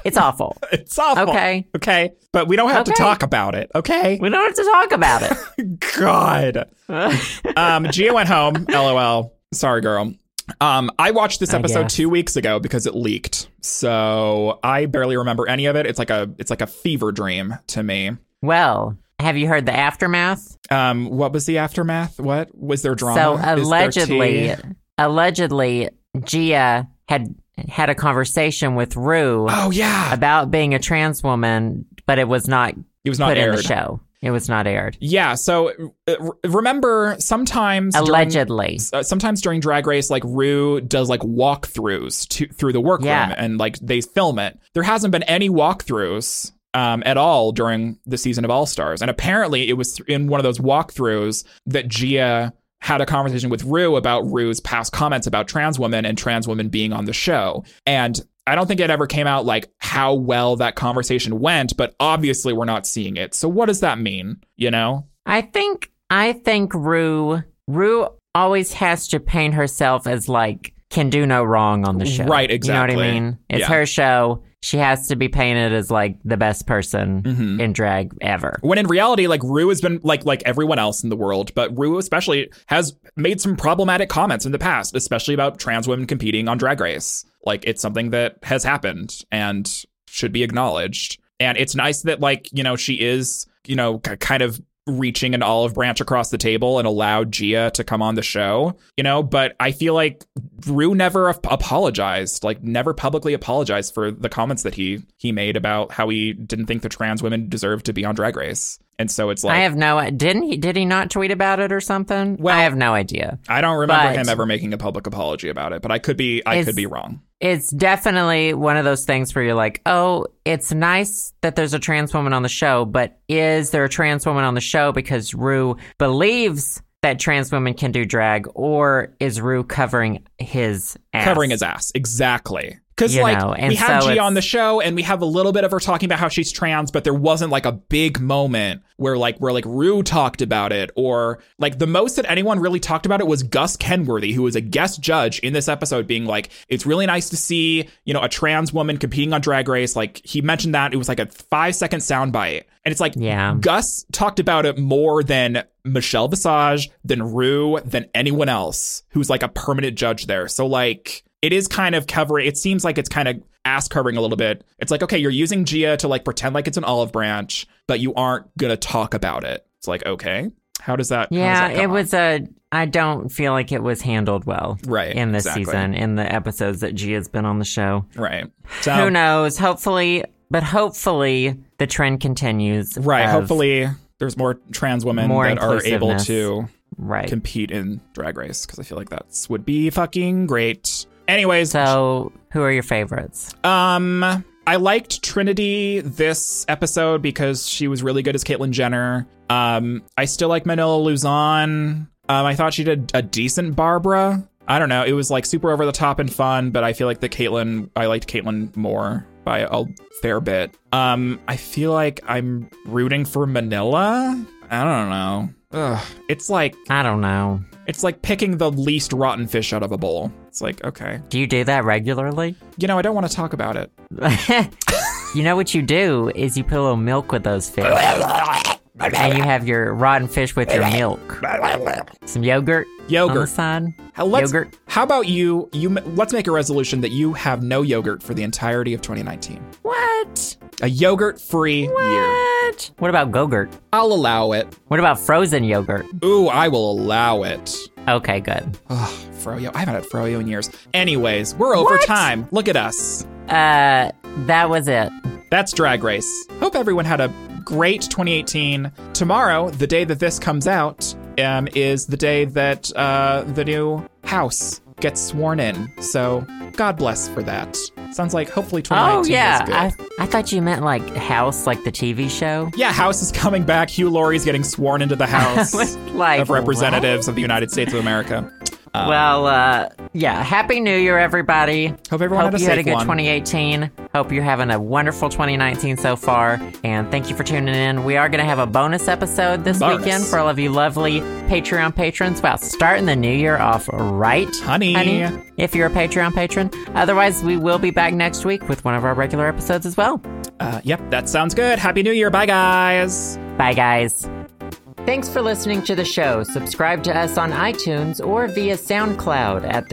it's awful.
It's awful.
Okay.
Okay. But we don't have to
Okay.
talk about it. Okay.
We don't have to talk about it.
God. um, Gia went home. LOL. Sorry, girl. Um, I watched this
I
episode
guess.
two weeks ago because it leaked, so I barely remember any of it. It's like a it's like a fever dream to me.
well, have you heard the aftermath?
Um, what was the aftermath? What was there drama?
So
Is there
allegedly,
tea?
allegedly, Gia had had a conversation with Rue
oh yeah,
about being a trans woman, but it was not
it was not
put in the
aired.
show. It was not aired.
Yeah, so uh, r- remember sometimes during-
Allegedly,
uh, sometimes during drag race like rue does like walkthroughs to through the workroom
Yeah.
and like they film it there hasn't been any walkthroughs um, at all during the season of all stars and apparently it was in one of those walkthroughs that gia had a conversation with rue about rue's past comments about trans women and trans women being on the show and I don't think it ever came out like how well that conversation went, but obviously we're not seeing it. So what does that mean? You know?
I think I think Rue Rue always has to paint herself as like can do no wrong on the show.
Right,
You know what
exactly.
I mean? It's
Yeah.
her show. She has to be painted as like the best person
Mm-hmm.
in drag ever.
When in reality, like Rue has been like like everyone else in the world, but Rue especially has made some problematic comments in the past, especially about trans women competing on Drag Race. Like it's something that has happened and should be acknowledged. And it's nice that like you know she is you know k- kind of reaching an olive branch across the table and allowed Gia to come on the show, you know. But I feel like Rue never ap- apologized, like never publicly apologized for the comments that he he made about how he didn't think the trans women deserved to be on Drag Race, and so it's like
I
I,
have no. Didn't he? Did he not tweet about it or something?
Well-
I have no idea.
don't remember
but-
him ever making a public apology about it, but I could be I
Is-
could be wrong.
It's definitely one of those things where you're like, oh, it's nice that there's a trans woman on the show, but is there a trans woman on the show because Rue believes that trans women can do drag, or is Rue covering his ass?
Covering his ass exactly. Because
You
like
know, and
we have
so
Gia on the
it's-
show, and we have a little bit of her talking about how she's trans, but there wasn't like a big moment where like where like Rue talked about it, or like the most that anyone really talked about it was Gus Kenworthy, who was a guest judge in this episode, being like, "It's really nice to see you know a trans woman competing on Drag Race." Like he mentioned that it was like a five second soundbite, and it's like
Yeah.
Gus talked about it more than Michelle Visage, than Rue, than anyone else who's like a permanent judge there. So like it is kind of covering it seems like it's kind of ass covering a little bit. It's like, okay, you're using Gia to like pretend like it's an olive branch, but you aren't gonna talk about it. It's like, okay. How does that how does
Yeah,
that come
it
off?
was a. I don't feel like it was handled well.
Right,
In this
exactly.
season, in the episodes that Gia's been on the show.
right. So
Who knows? Hopefully, but hopefully the trend continues.
right,
of-
hopefully there's more trans women
More
that are able
inclusiveness.
to
Right.
compete in drag race because I feel like that's would be fucking great. Anyways,
So, who are your favorites?
Um, I liked Trinity this episode because she was really good as Caitlyn Jenner. Um, I still like Manila Luzon. Um, I thought she did a decent Barbara. I don't know. It was like super over the top and fun, but I feel like the Caitlyn, I liked Caitlyn more by a fair bit. Um, I feel like I'm rooting for Manila. I don't know. Ugh. It's like
I don't know.
it's like picking the least rotten fish out of a bowl. It's like okay,
Do you do that regularly?
you know I don't want to talk about it.
you know what you do is you put a little milk with those fish. and you have your rotten fish with your milk. Some yogurt. On the
Yogurt.
side.
How, let's,
Yogurt.
How about you? You m- let's make a resolution that you have no yogurt for the entirety of 2019.
What?
A yogurt-free year.
What? What about Gogurt?
I'll allow it.
What about frozen yogurt?
Ooh, I will allow it.
Okay, good.
Ugh, froyo. I haven't had froyo in years. Anyways, we're over
What?
time. Look at us.
Uh, that was it.
That's Drag Race. Hope everyone had a great 2018. Tomorrow, the day that this comes out, um, is the day that uh, the new House gets sworn in. So God bless for that. Sounds like hopefully 2019
Oh
is
yeah,
good.
I, I thought you meant like House, like the TV show.
Yeah, House is coming back. Hugh Laurie's getting sworn into the House
Like,
of Representatives of the United States of America.
what? Well, uh, yeah. Happy New Year, everybody.
Hope everyone
Hope
had a
you
safe
had a good
one.
2018. Hope you're having a wonderful 2019 so far. And thank you for tuning in. We are going to have a bonus episode this
Bonus.
weekend for all of you lovely Patreon patrons. Wow, starting the new year off right,
Honey.
If you're a Patreon patron. Otherwise, we will be back next week with one of our regular episodes as well.
Uh, yep, that sounds good. Happy New Year. Bye, guys.
Bye, guys. Thanks for listening to the show. Subscribe to us on iTunes or via SoundCloud at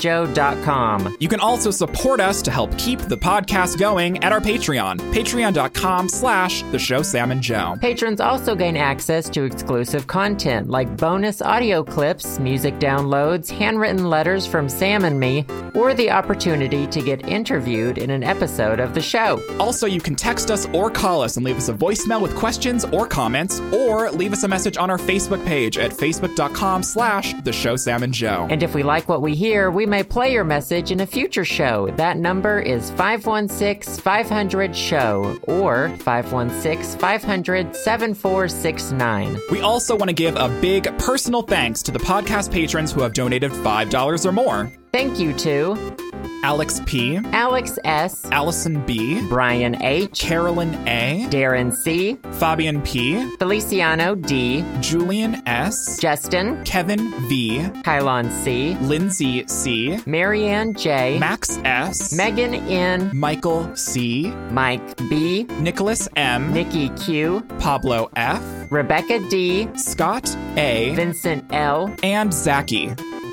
theshowsamandjoe.com.
You can also support us to help keep the podcast going at our Patreon, patreon.com slash the show Sam and Joe.
Patrons also gain access to exclusive content like bonus audio clips, music downloads, handwritten letters from Sam and me, or the opportunity to get interviewed in an episode of the show.
Also, you can text us or call us and leave us a voicemail with questions or comments, or leave us a message on our Facebook page at facebook.com slash the show Sam and Joe.
And if we like what we hear, we may play your message in a future show. That number is 516 500 SHOW or 516 500 7469.
We also want to give a big personal thanks to the podcast patrons who have donated $5 or more.
Thank you to
Alex P.,
Alex S.,
Allison B.,
Brian H.,
Carolyn A.,
Darren C.,
Fabian P.,
Feliciano D.,
Julian S.,
Justin,
Kevin V.,
Kylon C,
Lindsay C.,
Marianne J,
Max S.,
Megan N,
Michael C.,
Mike B,
Nicholas M.,
Nikki Q,
Pablo F.,
Rebecca D,
Scott A.,
Vincent L.
and Zaki.